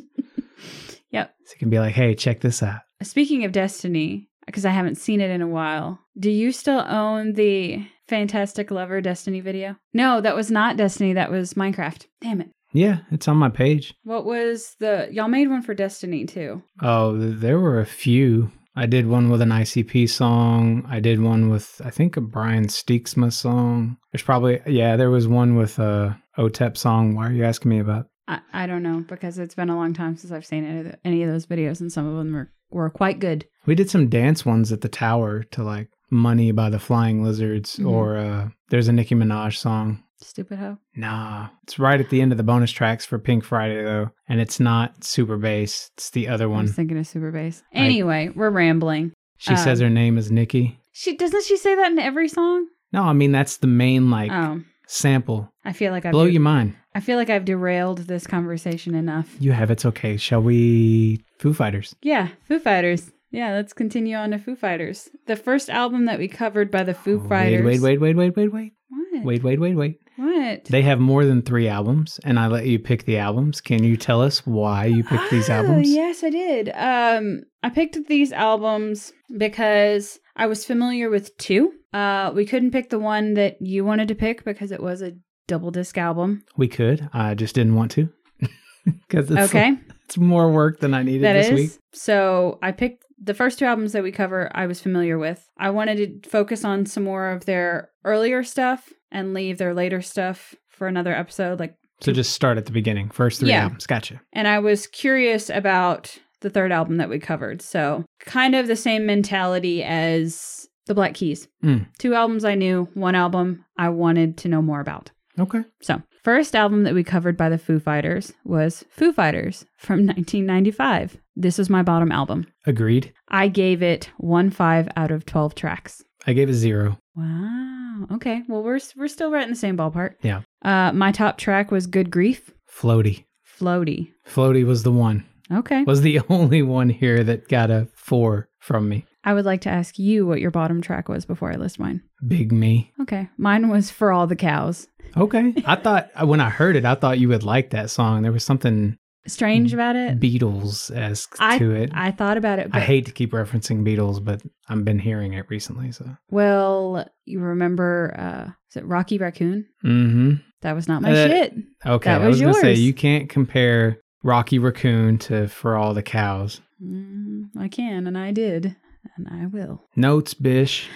[SPEAKER 1] Yep.
[SPEAKER 2] So he can be like, hey, check this out.
[SPEAKER 1] Speaking of Destiny, because I haven't seen it in a while, do you still own the Fantastic Lover Destiny video? No, that was not Destiny. That was Minecraft. Damn it.
[SPEAKER 2] Yeah, it's on my page.
[SPEAKER 1] What was the y'all made one for Destiny too?
[SPEAKER 2] Oh, th- there were a few. I did one with an ICP song. I did one with, I think, a Brian Steeksma song. There's probably, yeah, there was one with uh, a OTEP E song. Why are you asking me about?
[SPEAKER 1] I, I don't know because it's been a long time since I've seen any of, any of those videos, and some of them were, were quite good.
[SPEAKER 2] We did some dance ones at the tower to like Money by the Flying Lizards
[SPEAKER 1] Mhm.
[SPEAKER 2] or uh, there's a Nicki Minaj song.
[SPEAKER 1] Stupid hoe.
[SPEAKER 2] Nah, it's right at the end of the bonus tracks for Pink Friday though, and it's not super bass. It's the other
[SPEAKER 1] I was
[SPEAKER 2] one.
[SPEAKER 1] thinking of Super Bass.
[SPEAKER 2] I-
[SPEAKER 1] Anyway, we're rambling.
[SPEAKER 2] She says
[SPEAKER 1] um,
[SPEAKER 2] her name is Nikki.
[SPEAKER 1] She doesn't she say that in every song?
[SPEAKER 2] No, I mean that's the main like
[SPEAKER 1] Oh,
[SPEAKER 2] sample.
[SPEAKER 1] I feel like I've
[SPEAKER 2] Blow
[SPEAKER 1] de-
[SPEAKER 2] your mind.
[SPEAKER 1] I feel like I've derailed this conversation enough.
[SPEAKER 2] You have it's okay. Shall we? Foo Fighters.
[SPEAKER 1] Yeah, Foo Fighters. Yeah, let's continue on to Foo Fighters. The first album that we covered by the Foo
[SPEAKER 2] Oh,
[SPEAKER 1] Fighters.
[SPEAKER 2] Wait, wait, wait, wait, wait, wait,
[SPEAKER 1] What?
[SPEAKER 2] wait, wait, wait, wait.
[SPEAKER 1] What?
[SPEAKER 2] They have more than three albums, and I let you pick the albums. Can you tell us why you picked these
[SPEAKER 1] Oh,
[SPEAKER 2] albums?
[SPEAKER 1] Yes, I did. Um, I picked these albums because I was familiar with two. Uh, we couldn't pick the one that you wanted to pick because it was a double disc album.
[SPEAKER 2] We could. I just didn't want to (laughs) because it's,
[SPEAKER 1] okay,
[SPEAKER 2] it's more work than I needed
[SPEAKER 1] that
[SPEAKER 2] this
[SPEAKER 1] is.
[SPEAKER 2] week.
[SPEAKER 1] So I picked the first two albums that we cover. I was familiar with. I wanted to focus on some more of their earlier stuff and leave their later stuff for another episode, like
[SPEAKER 2] So just start at the beginning. First three
[SPEAKER 1] Yeah.
[SPEAKER 2] albums. Gotcha.
[SPEAKER 1] and I was curious about the third album that we covered. So, kind of the same mentality as the Black Keys.
[SPEAKER 2] Mm.
[SPEAKER 1] Two albums I knew, one album I wanted to know more about.
[SPEAKER 2] Okay.
[SPEAKER 1] So, first album that we covered by the Foo Fighters was Foo Fighters from (laughs) 1995. This is my bottom album.
[SPEAKER 2] Agreed.
[SPEAKER 1] I gave it 1 5 out of 12 tracks.
[SPEAKER 2] I gave a zero.
[SPEAKER 1] Wow. Okay. Well, we're we're still right in the same ballpark.
[SPEAKER 2] Yeah.
[SPEAKER 1] Uh, my top track was Good Grief,
[SPEAKER 2] Floaty.
[SPEAKER 1] Floaty.
[SPEAKER 2] Floaty was the one.
[SPEAKER 1] Okay.
[SPEAKER 2] Was the (laughs) only one here that got a four from me.
[SPEAKER 1] I would like to ask you what your bottom track was before I list mine.
[SPEAKER 2] Big me.
[SPEAKER 1] Okay. Mine was For All the Cows.
[SPEAKER 2] Okay. I thought uh, when I heard it, I thought you would like that song. There was something
[SPEAKER 1] Strange about it.
[SPEAKER 2] Beatles esque
[SPEAKER 1] I-
[SPEAKER 2] to it.
[SPEAKER 1] I thought about it,
[SPEAKER 2] Mm. I
[SPEAKER 1] but
[SPEAKER 2] hate to keep referencing Beatles, but I've been hearing it recently. So,
[SPEAKER 1] well, you remember uh is it Rocky Raccoon?
[SPEAKER 2] mm-hmm.
[SPEAKER 1] That was not my
[SPEAKER 2] Uh,
[SPEAKER 1] shit.
[SPEAKER 2] Okay,
[SPEAKER 1] That
[SPEAKER 2] I
[SPEAKER 1] was
[SPEAKER 2] was gonna say
[SPEAKER 1] yours.
[SPEAKER 2] you can't compare Rocky Raccoon to For All the Cows.
[SPEAKER 1] Mm, I can and I did and I will.
[SPEAKER 2] Notes, Bish.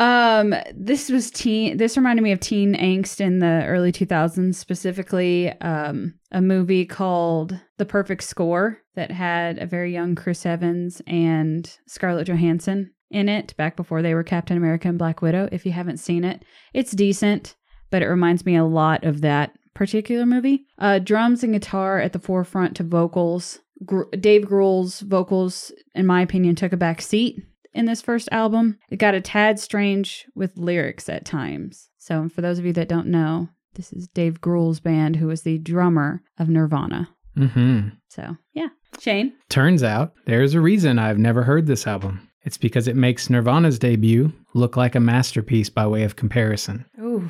[SPEAKER 1] Um, this was teen. This reminded me of teen angst in the early 2000s, specifically um, a movie called The Perfect Score that had a very young Chris Evans and Scarlett Johansson in it back before they were Captain America and Black Widow. If you haven't seen it, it's decent, but it reminds me a lot of that particular movie. Uh, drums and guitar at the forefront to vocals. Gr- Dave Grohl's vocals, in my opinion, took a back seat in this first album. It got a tad strange with lyrics at times. So, for those of you that don't know, this is Dave Grohl's band, who was the drummer of Nirvana.
[SPEAKER 2] hmm
[SPEAKER 1] So, yeah. Shane?
[SPEAKER 2] Turns out there's a reason I've never heard this album. It's because it makes Nirvana's debut look like a masterpiece by way of comparison.
[SPEAKER 1] Ooh.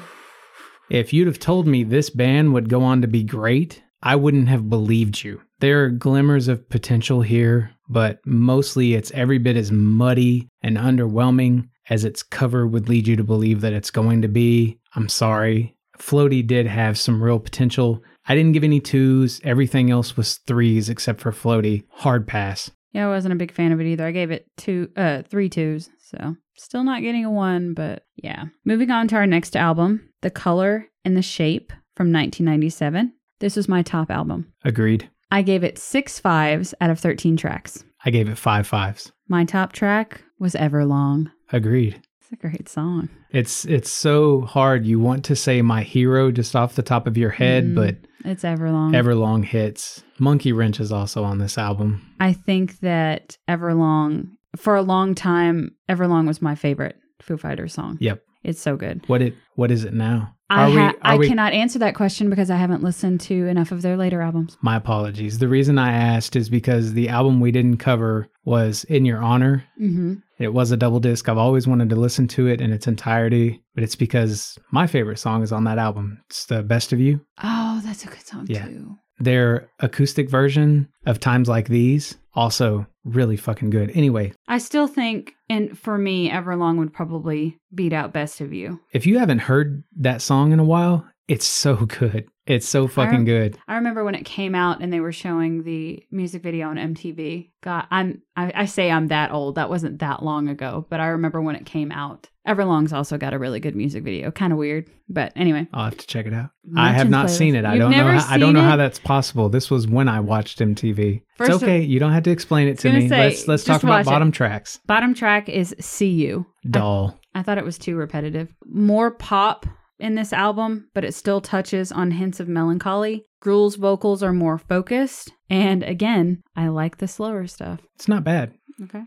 [SPEAKER 2] If you'd have told me this band would go on to be great, I wouldn't have believed you. There are glimmers of potential here, but mostly it's every bit as muddy and underwhelming as its cover would lead you to believe that it's going to be. I'm sorry. Floaty did have some real potential. I didn't give any twos. Everything else was threes except for Floaty. Hard pass.
[SPEAKER 1] Yeah, I wasn't a big fan of it either. I gave it two, uh, three twos. So, still not getting a one, but yeah. Moving on to our next album, The Color and the Shape from 1997. This was my top album.
[SPEAKER 2] Agreed.
[SPEAKER 1] I gave it six fives out of 13 tracks.
[SPEAKER 2] I gave it five fives.
[SPEAKER 1] My top track was Everlong.
[SPEAKER 2] Agreed.
[SPEAKER 1] It's a great song.
[SPEAKER 2] It's it's so hard. You want to say my hero just off the top of your head,
[SPEAKER 1] Mm.
[SPEAKER 2] but
[SPEAKER 1] It's Everlong.
[SPEAKER 2] Everlong hits. Monkey Wrench is also on this album.
[SPEAKER 1] I think that Everlong, for a long time, Everlong was my favorite Foo Fighters song.
[SPEAKER 2] Yep.
[SPEAKER 1] It's so good.
[SPEAKER 2] What it what is it now?
[SPEAKER 1] I,
[SPEAKER 2] we
[SPEAKER 1] ha- I
[SPEAKER 2] are we
[SPEAKER 1] cannot answer that question because I haven't listened to enough of their later albums.
[SPEAKER 2] my apologies. The reason I asked is because the album we didn't cover was In Your Honor.
[SPEAKER 1] Mm-hmm.
[SPEAKER 2] It was a double disc. I've always wanted to listen to it in its entirety, but it's because my favorite song is on that album. It's the best of you.
[SPEAKER 1] Oh, that's a good song
[SPEAKER 2] Yeah.
[SPEAKER 1] too.
[SPEAKER 2] Their acoustic version of Times Like These, also really fucking good. Anyway,
[SPEAKER 1] I still think, and for me, Everlong would probably beat out Best of You.
[SPEAKER 2] if you haven't heard that song in a while, it's so (laughs) good. It's so fucking good.
[SPEAKER 1] I remember when it came out and they were showing the music video on MTV. God, I'm I, I say I'm that old. That wasn't that long ago, but I remember when it came out. Everlong's also got a really good music video. Kind of weird, but anyway.
[SPEAKER 2] I'll have to check it out. I have not
[SPEAKER 1] Merchant
[SPEAKER 2] seen it. I
[SPEAKER 1] Playlist.
[SPEAKER 2] don't
[SPEAKER 1] You've
[SPEAKER 2] know.
[SPEAKER 1] never
[SPEAKER 2] How, I don't know
[SPEAKER 1] seen
[SPEAKER 2] how
[SPEAKER 1] it?
[SPEAKER 2] that's possible. This was when I watched MTV.
[SPEAKER 1] First of-
[SPEAKER 2] it's okay. you don't have to explain it to
[SPEAKER 1] gonna
[SPEAKER 2] me.
[SPEAKER 1] say,
[SPEAKER 2] let's let's talk
[SPEAKER 1] just
[SPEAKER 2] about
[SPEAKER 1] watch it.
[SPEAKER 2] bottom tracks.
[SPEAKER 1] Bottom track is "See You."
[SPEAKER 2] Doll.
[SPEAKER 1] I thought it was too repetitive. More pop in this album, but it still touches on hints of melancholy. Gruel's vocals are more focused, and again, I like the slower stuff.
[SPEAKER 2] It's not bad.
[SPEAKER 1] Okay.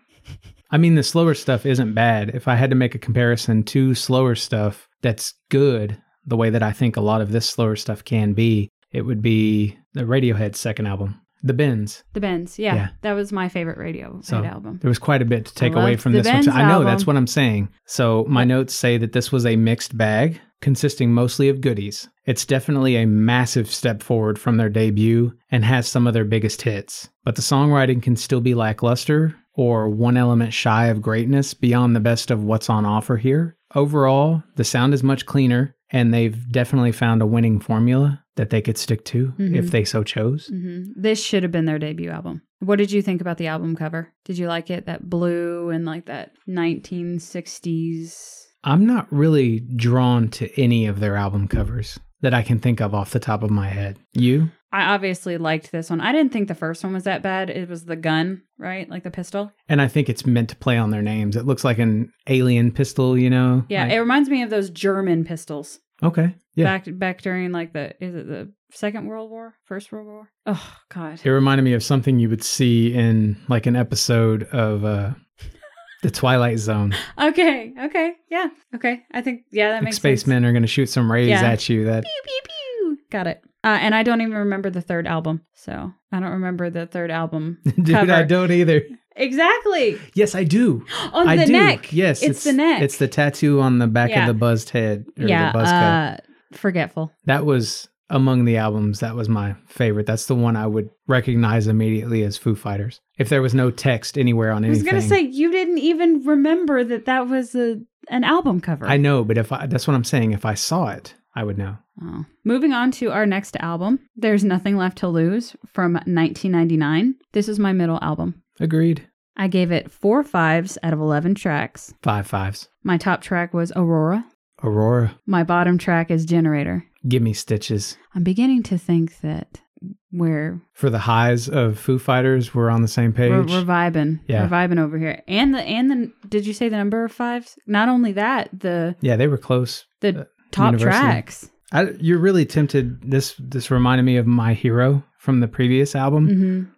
[SPEAKER 2] I mean, the slower stuff isn't bad. If I had to make a comparison to slower stuff that's good, the way that I think a lot of this slower stuff can be, it would be the Radiohead's second album, The Bends.
[SPEAKER 1] The Bends, yeah,
[SPEAKER 2] Yeah.
[SPEAKER 1] that was my favorite radio
[SPEAKER 2] So-
[SPEAKER 1] Head album.
[SPEAKER 2] There was quite a bit to take
[SPEAKER 1] I
[SPEAKER 2] away
[SPEAKER 1] loved
[SPEAKER 2] from
[SPEAKER 1] the
[SPEAKER 2] this one. too.
[SPEAKER 1] Benz
[SPEAKER 2] I know
[SPEAKER 1] album.
[SPEAKER 2] that's what I'm saying. So my notes say that this was a mixed bag consisting mostly of goodies. It's definitely a massive step forward from their debut and has some of their biggest hits. But the songwriting can still be lackluster or one element shy of greatness beyond the best of what's on offer here. Overall, the sound is much cleaner, and they've definitely found a winning formula that they could stick to
[SPEAKER 1] Mhm.
[SPEAKER 2] if they so chose.
[SPEAKER 1] hmm This should have been their debut album. What did you think about the album cover? Did you like it? That blue and like that 1960s.
[SPEAKER 2] I'm not really drawn to any of their album covers that I can think of off the top of my head. You?
[SPEAKER 1] I obviously liked this one. I didn't think the first one was that bad. It was the gun, right? Like the pistol.
[SPEAKER 2] And I think it's meant to play on their names. It looks like an alien pistol, you know?
[SPEAKER 1] Yeah,
[SPEAKER 2] Like-
[SPEAKER 1] it reminds me of those German pistols
[SPEAKER 2] okay. Yeah.
[SPEAKER 1] back back during like the is it the Second World War, First World War? Oh God,
[SPEAKER 2] It reminded me of something you would see in like an episode of uh The Twilight Zone.
[SPEAKER 1] Okay, okay, yeah, okay. I think yeah, that
[SPEAKER 2] Like
[SPEAKER 1] makes
[SPEAKER 2] spacemen are going to shoot some rays
[SPEAKER 1] Yeah.
[SPEAKER 2] at
[SPEAKER 1] (laughs)
[SPEAKER 2] you. That (laughs)
[SPEAKER 1] Sense. Pew, pew, pew. Got it. Uh, and I don't even remember the third album, so I don't remember the third
[SPEAKER 2] (laughs)
[SPEAKER 1] album.
[SPEAKER 2] dude, I
[SPEAKER 1] Cover.
[SPEAKER 2] don't either.
[SPEAKER 1] Exactly (gasps)
[SPEAKER 2] Yes, I do.
[SPEAKER 1] on the
[SPEAKER 2] I do.
[SPEAKER 1] neck.
[SPEAKER 2] Yes,
[SPEAKER 1] it's, the neck.
[SPEAKER 2] It's the tattoo on the back
[SPEAKER 1] Yeah.
[SPEAKER 2] of the buzzed head or
[SPEAKER 1] yeah.
[SPEAKER 2] the buzz cut.
[SPEAKER 1] uh, forgetful.
[SPEAKER 2] That was among the albums. That was my favorite. That's the one I would recognize immediately as Foo Fighters. If there was no text anywhere on
[SPEAKER 1] I was
[SPEAKER 2] anything,
[SPEAKER 1] gonna say you didn't even remember that that was a an album cover.
[SPEAKER 2] I know, but if I, that's what I'm saying, if I saw it, I would know.
[SPEAKER 1] Oh. Moving on to our next album, There's Nothing Left to Lose from 1999. This is my middle album.
[SPEAKER 2] Agreed.
[SPEAKER 1] I gave it four fives out of 11 tracks.
[SPEAKER 2] Five fives.
[SPEAKER 1] My top track was Aurora.
[SPEAKER 2] Aurora,
[SPEAKER 1] My bottom track is Generator.
[SPEAKER 2] give me stitches.
[SPEAKER 1] I'm beginning to think that we're,
[SPEAKER 2] For the highs of Foo Fighters, we're on the same page.
[SPEAKER 1] we're, we're vibing.
[SPEAKER 2] Yeah.
[SPEAKER 1] We're vibing over here. And the, and the, did you say the number of fives? Not only that, the,
[SPEAKER 2] yeah, they were close.
[SPEAKER 1] the
[SPEAKER 2] Uh,
[SPEAKER 1] top
[SPEAKER 2] University.
[SPEAKER 1] tracks.
[SPEAKER 2] I, you're really tempted. This this reminded me of My Hero from the previous album.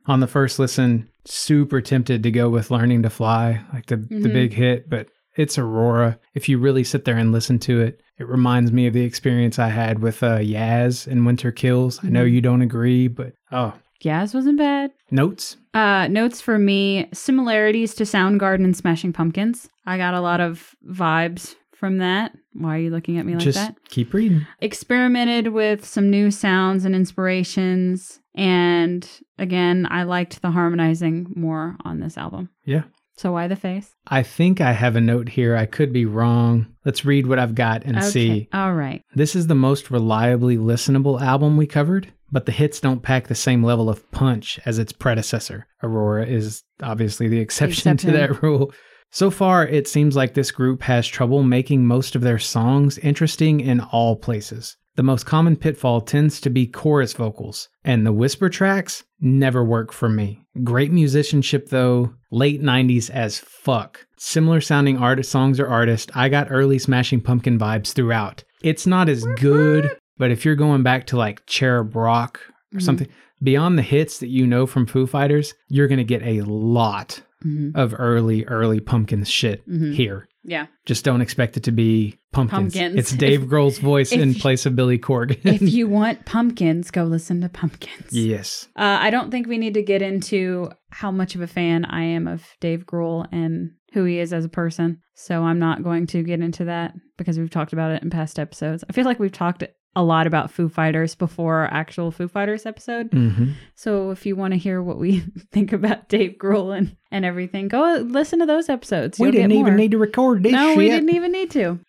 [SPEAKER 1] hmm
[SPEAKER 2] On the first listen, super tempted to go with Learning to Fly, like the the
[SPEAKER 1] Mhm.
[SPEAKER 2] big hit, but it's Aurora. If you really sit there and listen to it, it reminds me of the experience I had with uh, Yaz and Winter Kills. I know
[SPEAKER 1] Mhm.
[SPEAKER 2] you don't agree, but oh,
[SPEAKER 1] Yes, wasn't bad.
[SPEAKER 2] notes.
[SPEAKER 1] Uh, notes for me similarities to Soundgarden and Smashing Pumpkins. I got a lot of vibes from that. Why are you looking at me like
[SPEAKER 2] Just
[SPEAKER 1] that?
[SPEAKER 2] keep reading.
[SPEAKER 1] Experimented with some new sounds and inspirations. And again, I liked the harmonizing more on this album.
[SPEAKER 2] Yeah.
[SPEAKER 1] So why the face?
[SPEAKER 2] I think I have a note here. I could be wrong. Let's read what I've got and see.
[SPEAKER 1] All right.
[SPEAKER 2] This is the most reliably listenable album we covered, but the hits don't pack the same level of punch as its predecessor. Aurora is obviously the exception to
[SPEAKER 1] Exception.
[SPEAKER 2] that rule. So far, it seems like this group has trouble making most of their songs interesting in all places. The most common pitfall tends to be chorus vocals, and the whisper tracks never work for me. Great musicianship, though, late 90s as fuck. Similar sounding artist songs or artists, I got early Smashing Pumpkin vibes throughout. It's not as good, but if you're going back to like Cherub Rock or
[SPEAKER 1] Mhm.
[SPEAKER 2] something, beyond the hits that you know from Foo Fighters, you're going to get a lot
[SPEAKER 1] Mhm.
[SPEAKER 2] of early, early pumpkin shit
[SPEAKER 1] Mhm.
[SPEAKER 2] here.
[SPEAKER 1] Yeah.
[SPEAKER 2] Just don't expect it to be pumpkins.
[SPEAKER 1] Pumpkins.
[SPEAKER 2] It's
[SPEAKER 1] (laughs)
[SPEAKER 2] Dave Grohl's voice
[SPEAKER 1] if
[SPEAKER 2] in
[SPEAKER 1] you-
[SPEAKER 2] place of Billy Corgan.
[SPEAKER 1] (laughs)
[SPEAKER 2] (laughs)
[SPEAKER 1] if you want pumpkins, go listen to pumpkins.
[SPEAKER 2] yes.
[SPEAKER 1] Uh, I don't think we need to get into how much of a fan I am of Dave Grohl and who he is as a person. So I'm not going to get into that because we've talked about it in past episodes. I feel like we've talked a lot about Foo Fighters before our actual Foo Fighters episode.
[SPEAKER 2] hmm
[SPEAKER 1] So if you want to hear what we (laughs) think about Dave Grohl and, and everything, go listen to those episodes.
[SPEAKER 2] We
[SPEAKER 1] You'll
[SPEAKER 2] didn't
[SPEAKER 1] get
[SPEAKER 2] even
[SPEAKER 1] more.
[SPEAKER 2] need to record this
[SPEAKER 1] No,
[SPEAKER 2] shit.
[SPEAKER 1] we didn't e- even need to.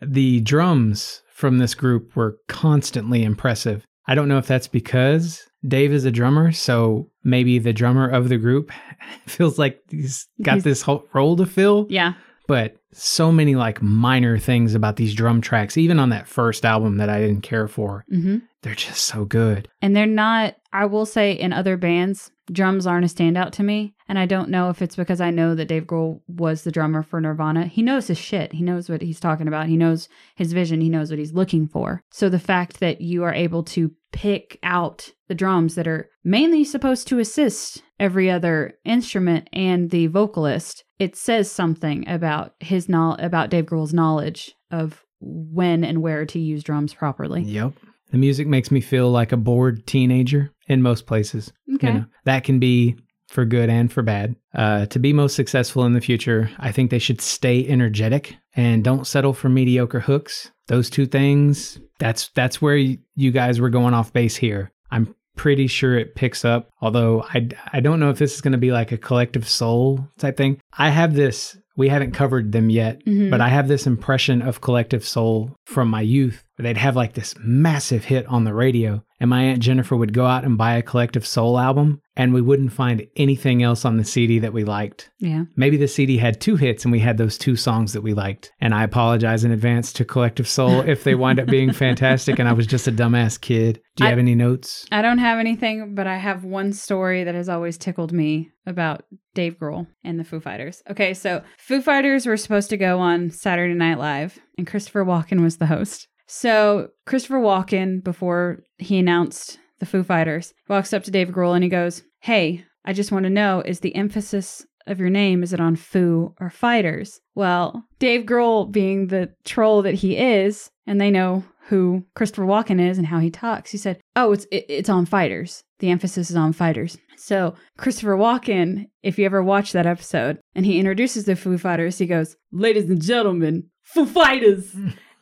[SPEAKER 2] The drums from this group were constantly impressive. I don't know if that's because Dave is a drummer, so maybe the drummer of the group (laughs) feels like he's got
[SPEAKER 1] He's-
[SPEAKER 2] this whole role to fill.
[SPEAKER 1] Yeah.
[SPEAKER 2] but so many like minor things about these drum tracks, even on that first album that I didn't care for.
[SPEAKER 1] hmm
[SPEAKER 2] They're just so good.
[SPEAKER 1] And they're not, I will say, in other bands, drums aren't a standout to me. And I don't know if it's because I know that Dave Grohl was the drummer for Nirvana. He knows his shit. He knows what he's talking about. He knows his vision. He knows what he's looking for. So the fact that you are able to pick out the drums that are mainly supposed to assist every other instrument and the vocalist, it says something about his know about Dave Grohl's knowledge of when and where to use drums properly.
[SPEAKER 2] Yep. The music makes me feel like a bored teenager in most places.
[SPEAKER 1] Okay.
[SPEAKER 2] You know, that can be for good and for bad. Uh, to be most successful in the future, I think they should stay energetic and don't settle for mediocre hooks. Those two things, that's that's where y- you guys were going off base here. I'm pretty sure it picks up, although I, I don't know if this is going to be like a collective soul type thing. I have this, we haven't covered them yet,
[SPEAKER 1] Mhm.
[SPEAKER 2] but I have this impression of collective soul from my youth where they'd have like this massive hit on the radio. And my Aunt Jennifer would go out and buy a collective soul album, and we wouldn't find anything else on the CD that we liked.
[SPEAKER 1] Yeah.
[SPEAKER 2] Maybe the CD had two hits and we had those two songs that we liked. And I apologize in advance to Collective Soul if they wind
[SPEAKER 1] (laughs)
[SPEAKER 2] up being fantastic and I was just a dumbass kid. Do you
[SPEAKER 1] I-
[SPEAKER 2] have any notes?
[SPEAKER 1] I don't have anything, but I have one story that has always tickled me about Dave Grohl and the Foo Fighters. Okay, so Foo Fighters were supposed to go on Saturday Night Live, and Christopher Walken was the host. So Christopher Walken, before he announced the Foo Fighters, walks up to Dave Grohl and he goes, "Hey, I just want to know: is the emphasis of your name is it on foo or fighters? Well, Dave Grohl, being the troll that he is, and they know who Christopher Walken is and how he talks, he said, "Oh, it's it, it's on fighters. The emphasis is on fighters." So Christopher Walken, if you ever watch that episode, and he introduces the Foo Fighters, he goes, "Ladies and gentlemen, Foo Fighters,"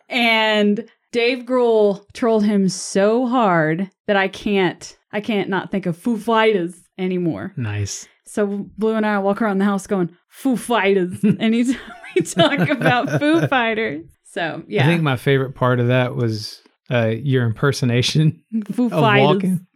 [SPEAKER 1] and Dave Grohl trolled him so hard that I can't I can't not think of Foo Fighters anymore.
[SPEAKER 2] Nice.
[SPEAKER 1] So Blue and I walk around the house going Foo
[SPEAKER 2] (laughs)
[SPEAKER 1] Fighters, and (laughs) he's we talk about Foo Fighters. So yeah,
[SPEAKER 2] I think my favorite part of that was uh, your impersonation (laughs)
[SPEAKER 1] Foo
[SPEAKER 2] of
[SPEAKER 1] Fighters.
[SPEAKER 2] walking.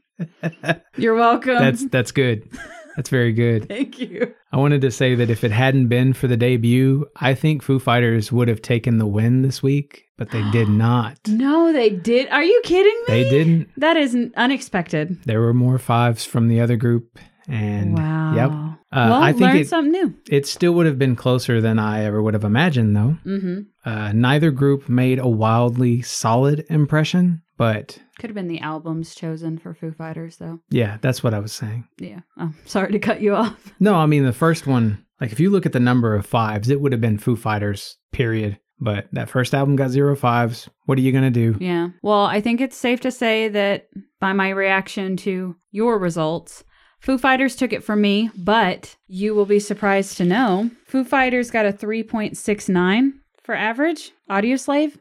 [SPEAKER 1] You're welcome.
[SPEAKER 2] That's that's good. That's very
[SPEAKER 1] (laughs)
[SPEAKER 2] good.
[SPEAKER 1] Thank you.
[SPEAKER 2] I wanted to say that if it hadn't been for the debut, I think Foo Fighters would have taken the win this week, but they
[SPEAKER 1] (gasps)
[SPEAKER 2] did not.
[SPEAKER 1] No, they did. Are you kidding me?
[SPEAKER 2] They didn't.
[SPEAKER 1] That is n- unexpected.
[SPEAKER 2] There were more fives from the other group, and
[SPEAKER 1] wow.
[SPEAKER 2] yep. Uh,
[SPEAKER 1] well,
[SPEAKER 2] I think
[SPEAKER 1] learn
[SPEAKER 2] it,
[SPEAKER 1] something new.
[SPEAKER 2] It still would have been closer than I ever would have imagined, though.
[SPEAKER 1] Mm-hmm.
[SPEAKER 2] Uh, neither group made a wildly solid impression, but
[SPEAKER 1] Could have been the albums chosen for Foo Fighters, though.
[SPEAKER 2] yeah, that's what I was saying.
[SPEAKER 1] Yeah. Oh, sorry to cut you off.
[SPEAKER 2] No, I mean, the first one, like if you look at the number of fives, it would have been Foo Fighters, period. But that first album got zero fives. What are you going to do?
[SPEAKER 1] Yeah. Well, I think it's safe to say that by my reaction to your results, Foo Fighters took it from me, but you will be surprised to know Foo Fighters got a 3.69 for average. Audio Slave,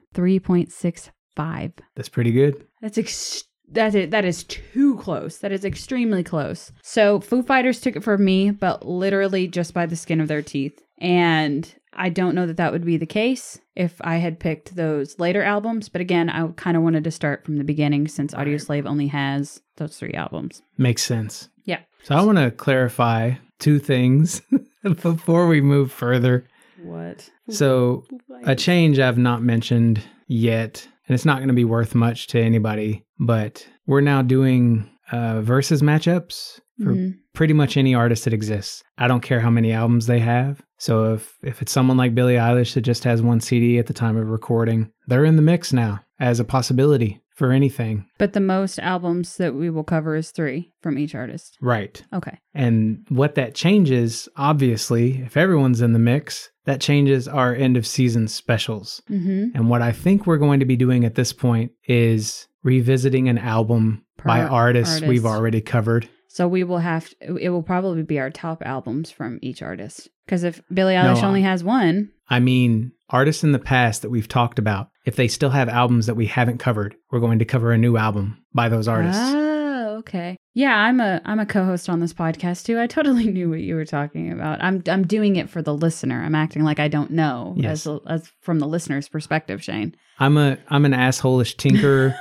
[SPEAKER 1] 3.65.
[SPEAKER 2] That's pretty good.
[SPEAKER 1] That's ex- that is, that is too close. That is extremely close. So Foo Fighters took it from me, but literally just by the skin of their teeth. And I don't know that that would be the case if I had picked those later albums. But again, I kind of wanted to start from the beginning since Audio Slave only has those three albums.
[SPEAKER 2] Makes sense.
[SPEAKER 1] Yeah.
[SPEAKER 2] So I want to clarify two things (laughs) before we move further.
[SPEAKER 1] What?
[SPEAKER 2] So a change I've not mentioned yet, and it's not going to be worth much to anybody, but we're now doing uh, versus matchups for
[SPEAKER 1] Mhm.
[SPEAKER 2] pretty much any artist that exists. I don't care how many albums they have. So if, if it's someone like Billie Eilish that just has one CD at the time of recording, they're in the mix now as a possibility for anything.
[SPEAKER 1] But the most albums that we will cover is three from each artist.
[SPEAKER 2] Right.
[SPEAKER 1] Okay.
[SPEAKER 2] And what that changes, obviously, if everyone's in the mix, that changes our end of season specials.
[SPEAKER 1] Mm-hmm.
[SPEAKER 2] And what I think we're going to be doing at this point is revisiting an album
[SPEAKER 1] Per
[SPEAKER 2] by artists
[SPEAKER 1] artist.
[SPEAKER 2] we've already covered.
[SPEAKER 1] So we will have it will probably be our top albums from each artist. Because if Billie
[SPEAKER 2] No, um,
[SPEAKER 1] Eilish
[SPEAKER 2] I-
[SPEAKER 1] only has one,
[SPEAKER 2] I mean, artists in the past that we've talked about, if they still have albums that we haven't covered, we're going to cover a new album by those artists.
[SPEAKER 1] Oh, okay. Yeah, I'm a I'm a co-host on this podcast too. I totally (laughs) knew what you were talking about. I'm I'm doing it for the listener. I'm acting like I don't know
[SPEAKER 2] Yes.
[SPEAKER 1] as as from the listener's perspective, Shane.
[SPEAKER 2] I'm a I'm an assholeish
[SPEAKER 1] (laughs)
[SPEAKER 2] tinkerer,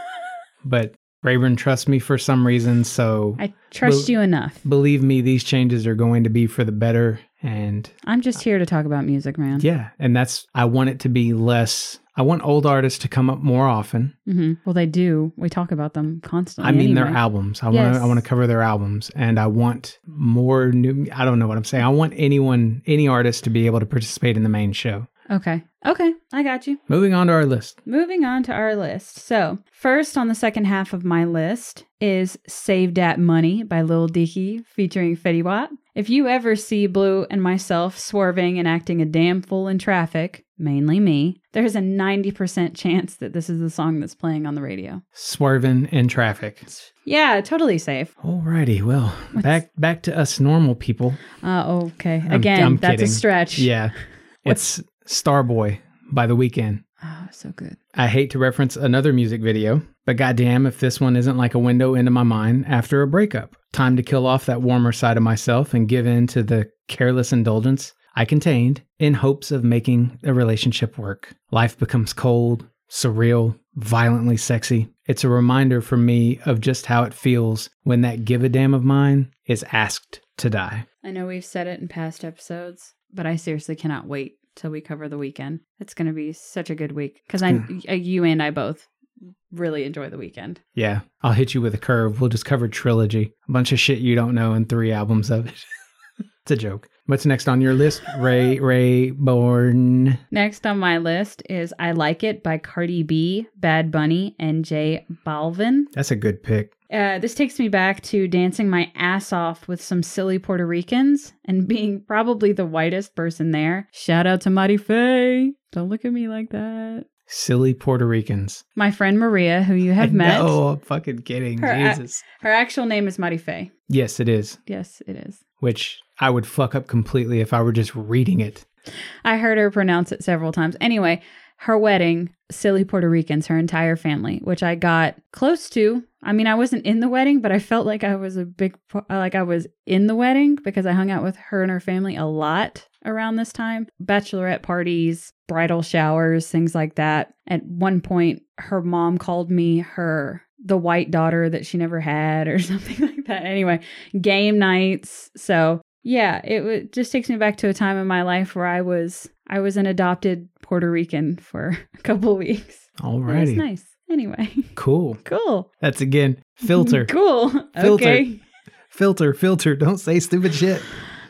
[SPEAKER 2] but Rayburn trusts me for some reason, so
[SPEAKER 1] I trust
[SPEAKER 2] Well-
[SPEAKER 1] you enough.
[SPEAKER 2] believe me, these changes are going to be for the better and
[SPEAKER 1] I'm just here to talk about music, man.
[SPEAKER 2] yeah, and that's I want it to be less I want old artists to come up more often.
[SPEAKER 1] hmm Well, they do. We talk about them constantly.
[SPEAKER 2] I mean their
[SPEAKER 1] anyway.
[SPEAKER 2] albums. I want
[SPEAKER 1] Yes.
[SPEAKER 2] to I want to cover their albums, and I want more new. I don't know what I'm saying. I want anyone, any artist, to be able to participate in the main show.
[SPEAKER 1] Okay. Okay. I got you.
[SPEAKER 2] Moving on to our list.
[SPEAKER 1] Moving on to our list. So, first on the second half of my list is Save Dat Money by Lil Dicky featuring Fetty Wap. If you ever see Blue and myself swerving and acting a damn fool in traffic, mainly me, there's a 90% chance that this is the song that's playing on the radio.
[SPEAKER 2] Swerving in traffic.
[SPEAKER 1] Yeah, totally safe.
[SPEAKER 2] Alrighty, well, back back to us normal people.
[SPEAKER 1] Uh, okay.
[SPEAKER 2] I'm-
[SPEAKER 1] Again,
[SPEAKER 2] I'm
[SPEAKER 1] that's
[SPEAKER 2] kidding.
[SPEAKER 1] a stretch.
[SPEAKER 2] Yeah, it's Starboy by the weekend.
[SPEAKER 1] Oh, so good.
[SPEAKER 2] I hate to reference another music video, but goddamn if this one isn't like a window into my mind after a breakup. Time to kill off that warmer side of myself and give in to the careless indulgence I contained in hopes of making a relationship work. Life becomes cold, surreal, violently sexy. It's a reminder for me of just how it feels when that give a damn of mine is asked to die.
[SPEAKER 1] I know we've said it in past episodes, but I seriously cannot wait till we cover the weekend. It's going to be such a good week because I, you and I both really enjoy the weekend.
[SPEAKER 2] Yeah, I'll hit you with a curve. We'll just cover trilogy, a bunch of shit you don't know, and three albums of it. (laughs) it's a joke. What's next on your list? Ray Ray Born.
[SPEAKER 1] Next on my list is I Like It by Cardi B, Bad Bunny, and Jay Balvin.
[SPEAKER 2] That's a good pick.
[SPEAKER 1] Uh, this takes me back to dancing my ass off with some silly Puerto Ricans and (laughs) being probably the whitest person there. Shout out to Mari Faye. Don't look at me like that.
[SPEAKER 2] Silly Puerto Ricans.
[SPEAKER 1] My friend Maria, who you have
[SPEAKER 2] I
[SPEAKER 1] met.
[SPEAKER 2] know, I'm fucking kidding.
[SPEAKER 1] Her-
[SPEAKER 2] Jesus.
[SPEAKER 1] Her actual name is Mari Faye.
[SPEAKER 2] yes, it is.
[SPEAKER 1] Yes, it is.
[SPEAKER 2] Which I would fuck up completely if I were just reading it.
[SPEAKER 1] I heard her pronounce it several times. Anyway, her wedding, silly Puerto Ricans, her entire family, which I got close to. I mean, I wasn't in the wedding, but I felt like I was a big, pa- like I was in the wedding because I hung out with her and her family a lot around this time. Bachelorette parties, bridal showers, things like that. At one point, her mom called me her, the white daughter that she never had or (laughs) something like that. Anyway, game nights. So yeah, it w- just takes me back to a time in my life where I was I was an adopted Puerto Rican for (laughs) a couple weeks. It was
[SPEAKER 2] Alrighty.
[SPEAKER 1] nice. Anyway, (laughs)
[SPEAKER 2] Cool.
[SPEAKER 1] cool.
[SPEAKER 2] That's again
[SPEAKER 1] (laughs)
[SPEAKER 2] filter.
[SPEAKER 1] Cool.
[SPEAKER 2] Filter.
[SPEAKER 1] Okay.
[SPEAKER 2] filter, filter. Don't say stupid shit.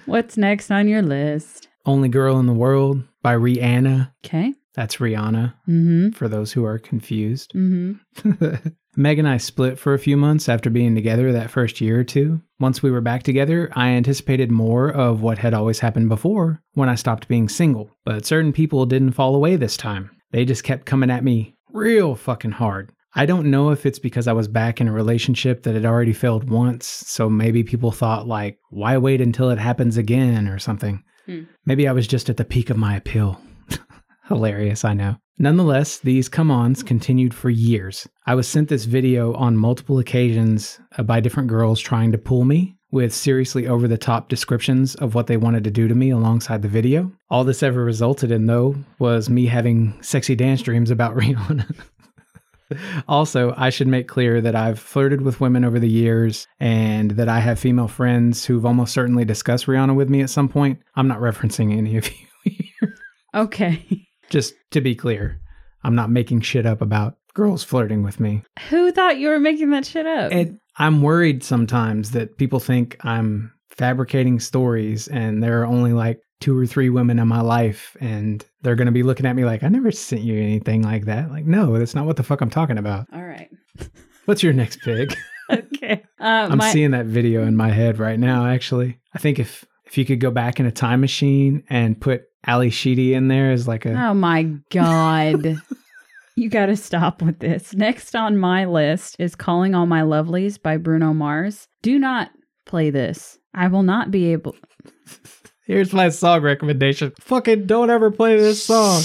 [SPEAKER 1] What's next on your list?
[SPEAKER 2] Only Girl in the World by Rihanna.
[SPEAKER 1] Okay.
[SPEAKER 2] That's Rihanna
[SPEAKER 1] Mm-hmm.
[SPEAKER 2] for those who are confused.
[SPEAKER 1] Mm-hmm.
[SPEAKER 2] (laughs) Meg and I split for a few months after being together that first year or two. Once we were back together, I anticipated more of what had always happened before when I stopped being single. But certain people didn't fall away this time. They just kept coming at me real fucking hard. I don't know if it's because I was back in a relationship that had already failed once, so maybe people thought, like, why wait until it happens again or something?
[SPEAKER 1] Hmm.
[SPEAKER 2] Maybe I was just at the peak of my appeal. Hilarious, I know. Nonetheless, these come ons continued for years. I was sent this video on multiple occasions uh, by different girls trying to pull me with seriously over the top descriptions of what they wanted to do to me alongside the video. All this ever resulted in, though, was me having sexy dance dreams about (laughs) Rihanna. Also, I should make clear that I've flirted with women over the years and that I have female friends who've almost certainly discussed Rihanna with me at some point. I'm not referencing any of you here.
[SPEAKER 1] Okay. (laughs)
[SPEAKER 2] Just to be clear, I'm not making shit up about girls flirting with me.
[SPEAKER 1] Who thought you were making that shit up?
[SPEAKER 2] And I'm worried sometimes that people think I'm fabricating stories and there are only like two or three women in my life and they're going to be looking at me like, I never sent you anything like that. Like, no, that's not what the fuck I'm talking about.
[SPEAKER 1] All right. (laughs)
[SPEAKER 2] What's your next pick?
[SPEAKER 1] Okay. Uh,
[SPEAKER 2] I'm
[SPEAKER 1] my-
[SPEAKER 2] seeing that video in my head right now. Actually, I think if if you could go back in a time machine and put Ali Sheedy in there as like a
[SPEAKER 1] Oh my God. (laughs) you got to stop with this. Next on my list is Calling All My Lovelies by Bruno Mars. Do not play this. I will not be able.
[SPEAKER 2] here's my song recommendation. Fucking don't ever play this song.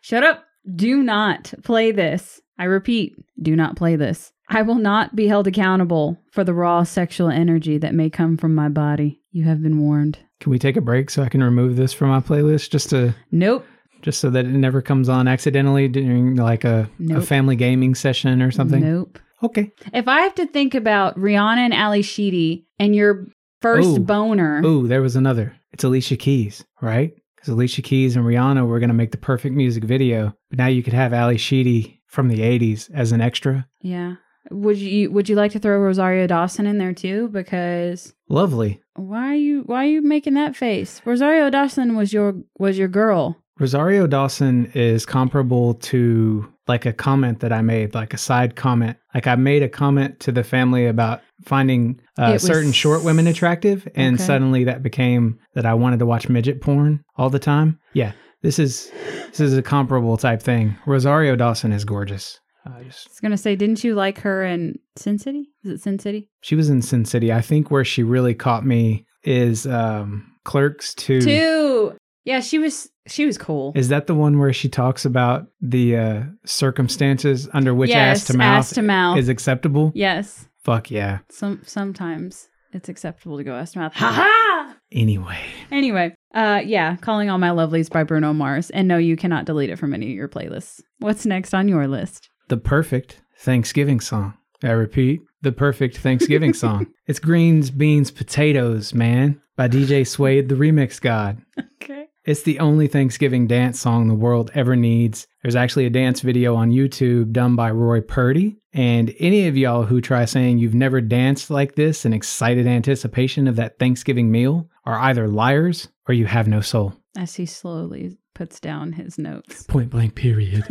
[SPEAKER 1] Shut up. Do not play this. I repeat, do not play this. I will not be held accountable for the raw sexual energy that may come from my body. You have been warned.
[SPEAKER 2] Can we take a break so I can remove this from my playlist just to
[SPEAKER 1] Nope.
[SPEAKER 2] just so that it never comes on accidentally during like a, a
[SPEAKER 1] Nope.
[SPEAKER 2] family gaming session or something?
[SPEAKER 1] Nope.
[SPEAKER 2] Okay.
[SPEAKER 1] If I have to think about Rihanna and Ali Sheedy and your first
[SPEAKER 2] Ooh.
[SPEAKER 1] boner.
[SPEAKER 2] Oh, there was another. It's Alicia Keys, right? Because Alicia Keys and Rihanna were going to make the perfect music video, but now you could have Ali Sheedy from the '80s as an extra.
[SPEAKER 1] Yeah. Would you would you like to throw Rosario Dawson in there too? Because
[SPEAKER 2] Lovely.
[SPEAKER 1] why are you why are you making that face? Rosario Dawson was your was your girl.
[SPEAKER 2] Rosario Dawson is comparable to like a comment that I made, like a side comment. Like I made a comment to the family about finding
[SPEAKER 1] It
[SPEAKER 2] uh,
[SPEAKER 1] was-
[SPEAKER 2] certain short women attractive, and
[SPEAKER 1] Okay.
[SPEAKER 2] suddenly that became that I wanted to watch midget porn all the time. Yeah, this is this is a comparable type thing. Rosario Dawson is gorgeous. I just
[SPEAKER 1] I was gonna say, didn't you like her in Sin City? Is it Sin City?
[SPEAKER 2] She was in Sin City. I think where she really caught me is um, Clerks 2.
[SPEAKER 1] Two. Yeah, she was she was cool.
[SPEAKER 2] Is that the one where she talks about the uh, circumstances under which
[SPEAKER 1] yes,
[SPEAKER 2] ass to mouth
[SPEAKER 1] ass to mouth.
[SPEAKER 2] is acceptable?
[SPEAKER 1] yes.
[SPEAKER 2] Fuck yeah.
[SPEAKER 1] Some sometimes it's acceptable to go ass to mouth. Ha ha.
[SPEAKER 2] Anyway,
[SPEAKER 1] (laughs) Anyway, uh yeah, Calling All My Lovelies by Bruno Mars. And no, you cannot delete it from any of your playlists. What's next on your list?
[SPEAKER 2] the perfect Thanksgiving song. I repeat, the perfect
[SPEAKER 1] (laughs)
[SPEAKER 2] Thanksgiving song. It's Greens, Beans, Potatoes, man, by DJ Suede, the remix god.
[SPEAKER 1] Okay.
[SPEAKER 2] It's the only Thanksgiving dance song the world ever needs. There's actually a dance video on YouTube done by Roy Purdy. And any of y'all who try saying you've never danced like this in excited anticipation of that Thanksgiving meal are either liars or you have no soul.
[SPEAKER 1] As he slowly puts down his notes. (laughs)
[SPEAKER 2] Point blank, period.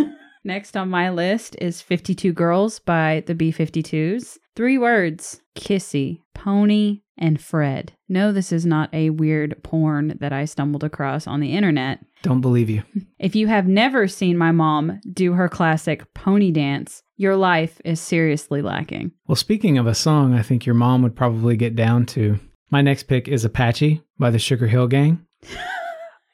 [SPEAKER 1] Next on my list is 52 Girls by the B 52s. Three words Kissy, Pony, and Fred. No, this is not a weird porn that I stumbled across on the internet.
[SPEAKER 2] (laughs) Don't believe you.
[SPEAKER 1] If you have never seen my mom do her classic pony dance, your life is seriously lacking.
[SPEAKER 2] Well, speaking of a song, I think your mom would probably get down to. My next pick is Apache by the Sugar Hill Gang.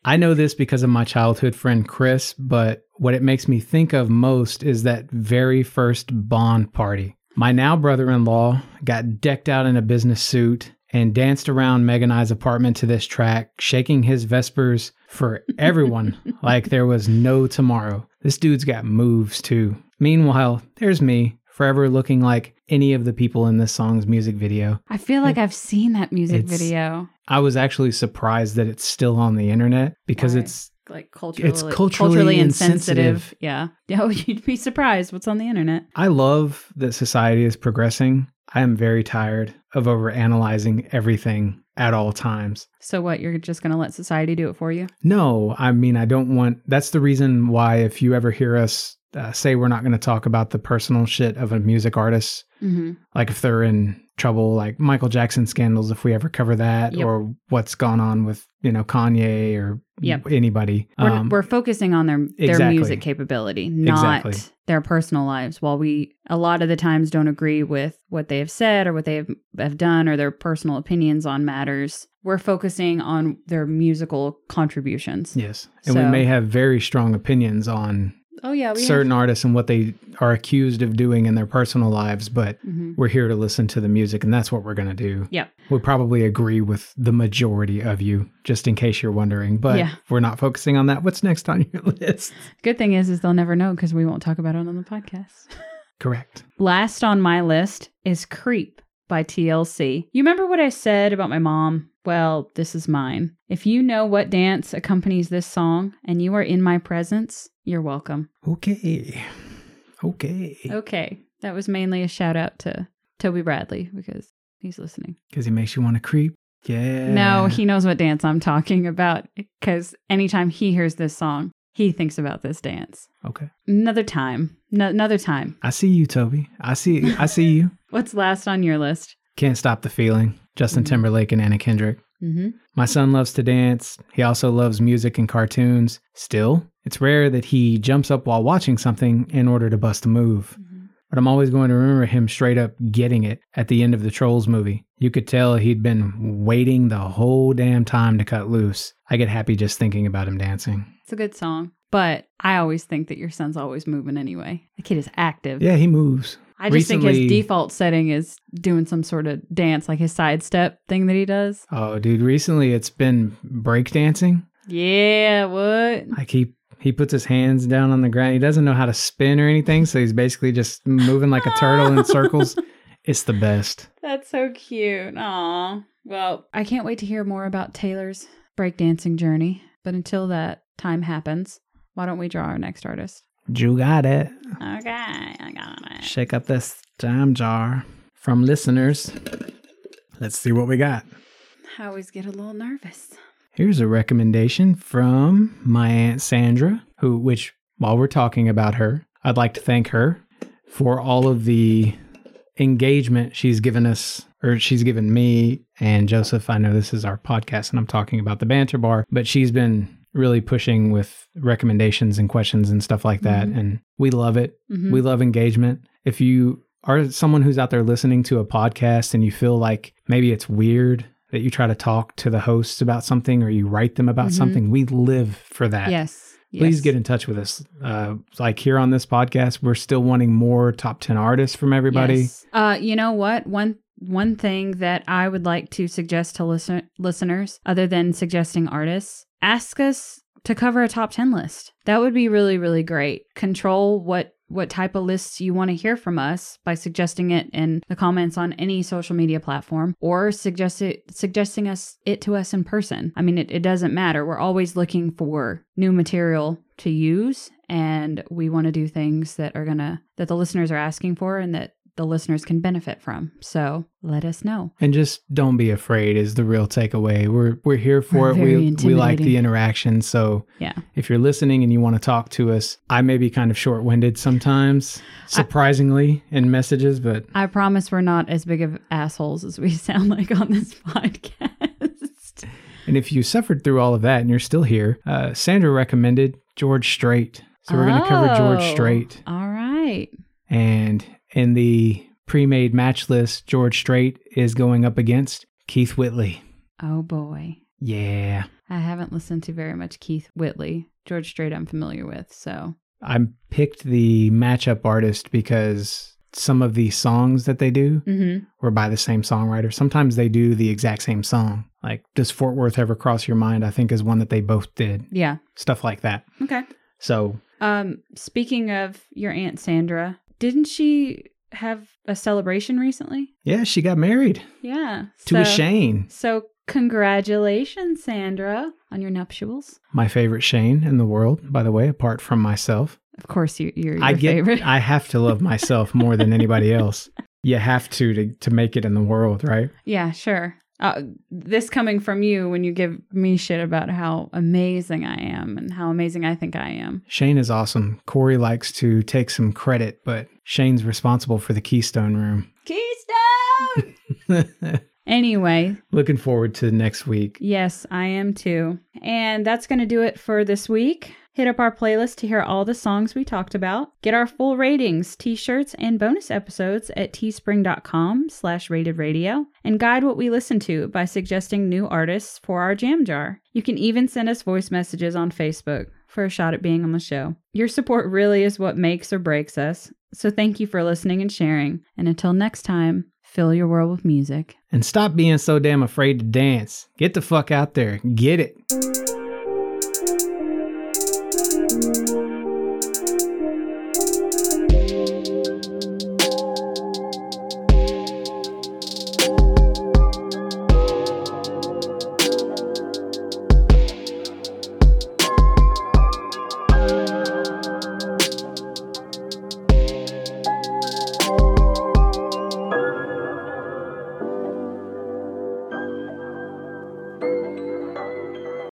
[SPEAKER 2] I know this because of my childhood friend Chris, but what it makes me think of most is that very first Bond party. My now brother in law got decked out in a business suit and danced around Meg and I's apartment to this track, shaking his Vespers for everyone like there was no tomorrow. This dude's got moves too. Meanwhile, there's me, forever looking like any of the people in this song's music video.
[SPEAKER 1] I feel like I've seen that music
[SPEAKER 2] It's-
[SPEAKER 1] video.
[SPEAKER 2] I was actually surprised that it's still on the internet because
[SPEAKER 1] Why?
[SPEAKER 2] it's
[SPEAKER 1] Like culturally,
[SPEAKER 2] culturally insensitive.
[SPEAKER 1] Yeah. (laughs) Oh, you'd be surprised what's on the internet.
[SPEAKER 2] I love that society is progressing. I am very tired of overanalyzing everything at all times.
[SPEAKER 1] So what? You're just gonna let society do it for you?
[SPEAKER 2] No, I mean, I don't want that's the reason why if you ever hear us uh, say we're not going to talk about the personal shit of a music artist,
[SPEAKER 1] Mm-hmm.
[SPEAKER 2] like if they're in trouble, like Michael Jackson scandals, if we ever cover that,
[SPEAKER 1] Yep.
[SPEAKER 2] or what's gone on with, you know, Kanye or
[SPEAKER 1] Yep.
[SPEAKER 2] anybody.
[SPEAKER 1] We're,
[SPEAKER 2] Um,
[SPEAKER 1] we're focusing on their their
[SPEAKER 2] exactly.
[SPEAKER 1] music capability, not
[SPEAKER 2] Exactly.
[SPEAKER 1] their personal lives. While we a lot of the times don't agree with what they have said or what they have, have done or their personal opinions on matters, we're focusing on their musical contributions.
[SPEAKER 2] yes. And we
[SPEAKER 1] So-
[SPEAKER 2] may have very strong opinions on
[SPEAKER 1] Oh yeah, we
[SPEAKER 2] certain artists and what they are accused of doing in their personal lives, but
[SPEAKER 1] Have, Mhm.
[SPEAKER 2] we're here to listen to the music, and that's what we're going to do.
[SPEAKER 1] Yep.
[SPEAKER 2] We probably agree with the majority of you, just in case you're wondering, but
[SPEAKER 1] Yeah.
[SPEAKER 2] we're not focusing on that. What's next on your (laughs) list?
[SPEAKER 1] Good thing is, is they'll never know because we won't talk about it on the podcast.
[SPEAKER 2] Correct.
[SPEAKER 1] Last on my list is Creep by TLC. You remember what I said about my mom? Well, this is mine. If you know what dance accompanies this song and you are in my presence, you're welcome.
[SPEAKER 2] Okay. Okay.
[SPEAKER 1] Okay. That was mainly a shout out to Toby Bradley because he's listening.
[SPEAKER 2] Because he makes you want to creep. Yeah.
[SPEAKER 1] No, he knows what dance I'm talking about because anytime he hears this song, he thinks about this dance.
[SPEAKER 2] Okay.
[SPEAKER 1] Another time. No, another time.
[SPEAKER 2] I see you, Toby. I see. I see you.
[SPEAKER 1] What's last on your list?
[SPEAKER 2] Can't stop the feeling. Justin
[SPEAKER 1] Mhm.
[SPEAKER 2] Timberlake and Anna Kendrick.
[SPEAKER 1] Mm-hmm.
[SPEAKER 2] My son loves to dance. He also loves music and cartoons. Still, it's rare that he jumps up while watching something in order to bust a move. But I'm always going to remember him straight up getting it at the end of the Trolls movie. You could tell he'd been waiting the whole damn time to cut loose. I get happy just thinking about him dancing.
[SPEAKER 1] It's a good song, but I always think that your son's always moving anyway. The kid is active.
[SPEAKER 2] Yeah, he moves.
[SPEAKER 1] I just think
[SPEAKER 2] recently-
[SPEAKER 1] his default setting is doing some sort of dance, like his sidestep thing that he does.
[SPEAKER 2] Oh, dude, recently it's been breakdancing.
[SPEAKER 1] Yeah, what?
[SPEAKER 2] Like he he puts his hands down on the ground. He doesn't know how to spin or anything, so he's basically just moving like a turtle in circles. It's the best.
[SPEAKER 1] That's so cute. Aw. Well, I can't wait to hear more about Taylor's breakdancing journey. But until that time happens, why don't we draw our next artist?
[SPEAKER 2] You got it.
[SPEAKER 1] Okay, I got it.
[SPEAKER 2] Shake up this time jar from listeners. Let's see what we got.
[SPEAKER 1] I always get a little nervous.
[SPEAKER 2] Here's a recommendation from my aunt Sandra, who which while we're talking about her, I'd like to thank her for all of the engagement she's given us or she's given me and Joseph. I know this is our podcast and I'm talking about the banter bar, but she's been really pushing with recommendations and questions and stuff like that
[SPEAKER 1] Mhm.
[SPEAKER 2] and we love it.
[SPEAKER 1] Mhm.
[SPEAKER 2] We love engagement. If you are someone who's out there listening to a podcast and you feel like maybe it's weird that you try to talk to the hosts about something or you write them about
[SPEAKER 1] Mhm.
[SPEAKER 2] something. We live for that.
[SPEAKER 1] Yes.
[SPEAKER 2] Please
[SPEAKER 1] yes.
[SPEAKER 2] get in touch with us. Uh, like here on this podcast, we're still wanting more top 10 artists from everybody.
[SPEAKER 1] Yes. Uh, you know what? One one thing that I would like to suggest to listen- listeners, other than suggesting artists, ask us to cover a top ten list. That would be really, really great. Control what what type of lists you want to hear from us by suggesting it in the comments on any social media platform or suggest it, suggesting us it to us in person. I mean, it, it doesn't matter. We're always looking for new material to use and we want to do things that are gonna that the listeners are asking for and that the listeners can benefit from. So let us know.
[SPEAKER 2] And just don't be afraid is the real takeaway. We're we're here for
[SPEAKER 1] We're very
[SPEAKER 2] it. We we like the
[SPEAKER 1] intimidating.
[SPEAKER 2] interaction. So
[SPEAKER 1] Yeah.
[SPEAKER 2] if you're listening and you want to talk to us, I may be kind of short winded sometimes, surprisingly, in messages, but
[SPEAKER 1] I promise we're not as big of assholes as we (laughs) sound like on this podcast.
[SPEAKER 2] and if you suffered through all of that and you're still here, uh, Sandra recommended George Strait. So we're gonna cover George
[SPEAKER 1] Oh,
[SPEAKER 2] Strait.
[SPEAKER 1] All right.
[SPEAKER 2] And in the pre made match list, George Strait is going up against Keith Whitley.
[SPEAKER 1] Oh boy.
[SPEAKER 2] Yeah.
[SPEAKER 1] I haven't listened to very much Keith Whitley. George Strait I'm familiar with, so
[SPEAKER 2] I picked the matchup artist because some of the songs that they do
[SPEAKER 1] Mhm.
[SPEAKER 2] were by the same songwriter. Sometimes they do the exact same song. Like, does Fort Worth ever cross your mind? I think is one that they both did.
[SPEAKER 1] yeah.
[SPEAKER 2] Stuff like that.
[SPEAKER 1] Okay.
[SPEAKER 2] So,
[SPEAKER 1] Um speaking of your aunt Sandra, didn't she have a celebration recently?
[SPEAKER 2] yeah, she got married
[SPEAKER 1] Yeah.
[SPEAKER 2] to a
[SPEAKER 1] so-
[SPEAKER 2] Shane,
[SPEAKER 1] So, congratulations, Sandra, on your nuptials.
[SPEAKER 2] my favorite Shane in the world, by the way, apart from myself.
[SPEAKER 1] Of course, you, you're your
[SPEAKER 2] I get,
[SPEAKER 1] favorite.
[SPEAKER 2] I have to love myself more than anybody else. You have to, to to make it in the world, right?
[SPEAKER 1] yeah, sure. Uh, this coming from you when you give me shit about how amazing I am and how amazing I think I am.
[SPEAKER 2] Shane is awesome. Corey likes to take some credit, but Shane's responsible for the Keystone Room. (laughs)
[SPEAKER 1] Keystone! (laughs) anyway,
[SPEAKER 2] Looking forward to next week.
[SPEAKER 1] Yes, I am too. And that's going to do it for this week. Hit up our playlist to hear all the songs we talked about. Get our full ratings, t-shirts, and bonus episodes at teespring.com slash rated radio. And guide what we listen to by suggesting new artists for our jam jar. You can even send us voice messages on Facebook for a shot at being on the show. Your support really is what makes or breaks us. So thank you for listening and sharing. And until next time, fill your world with music.
[SPEAKER 2] And stop being so damn afraid to dance. Get the fuck out there. Get it.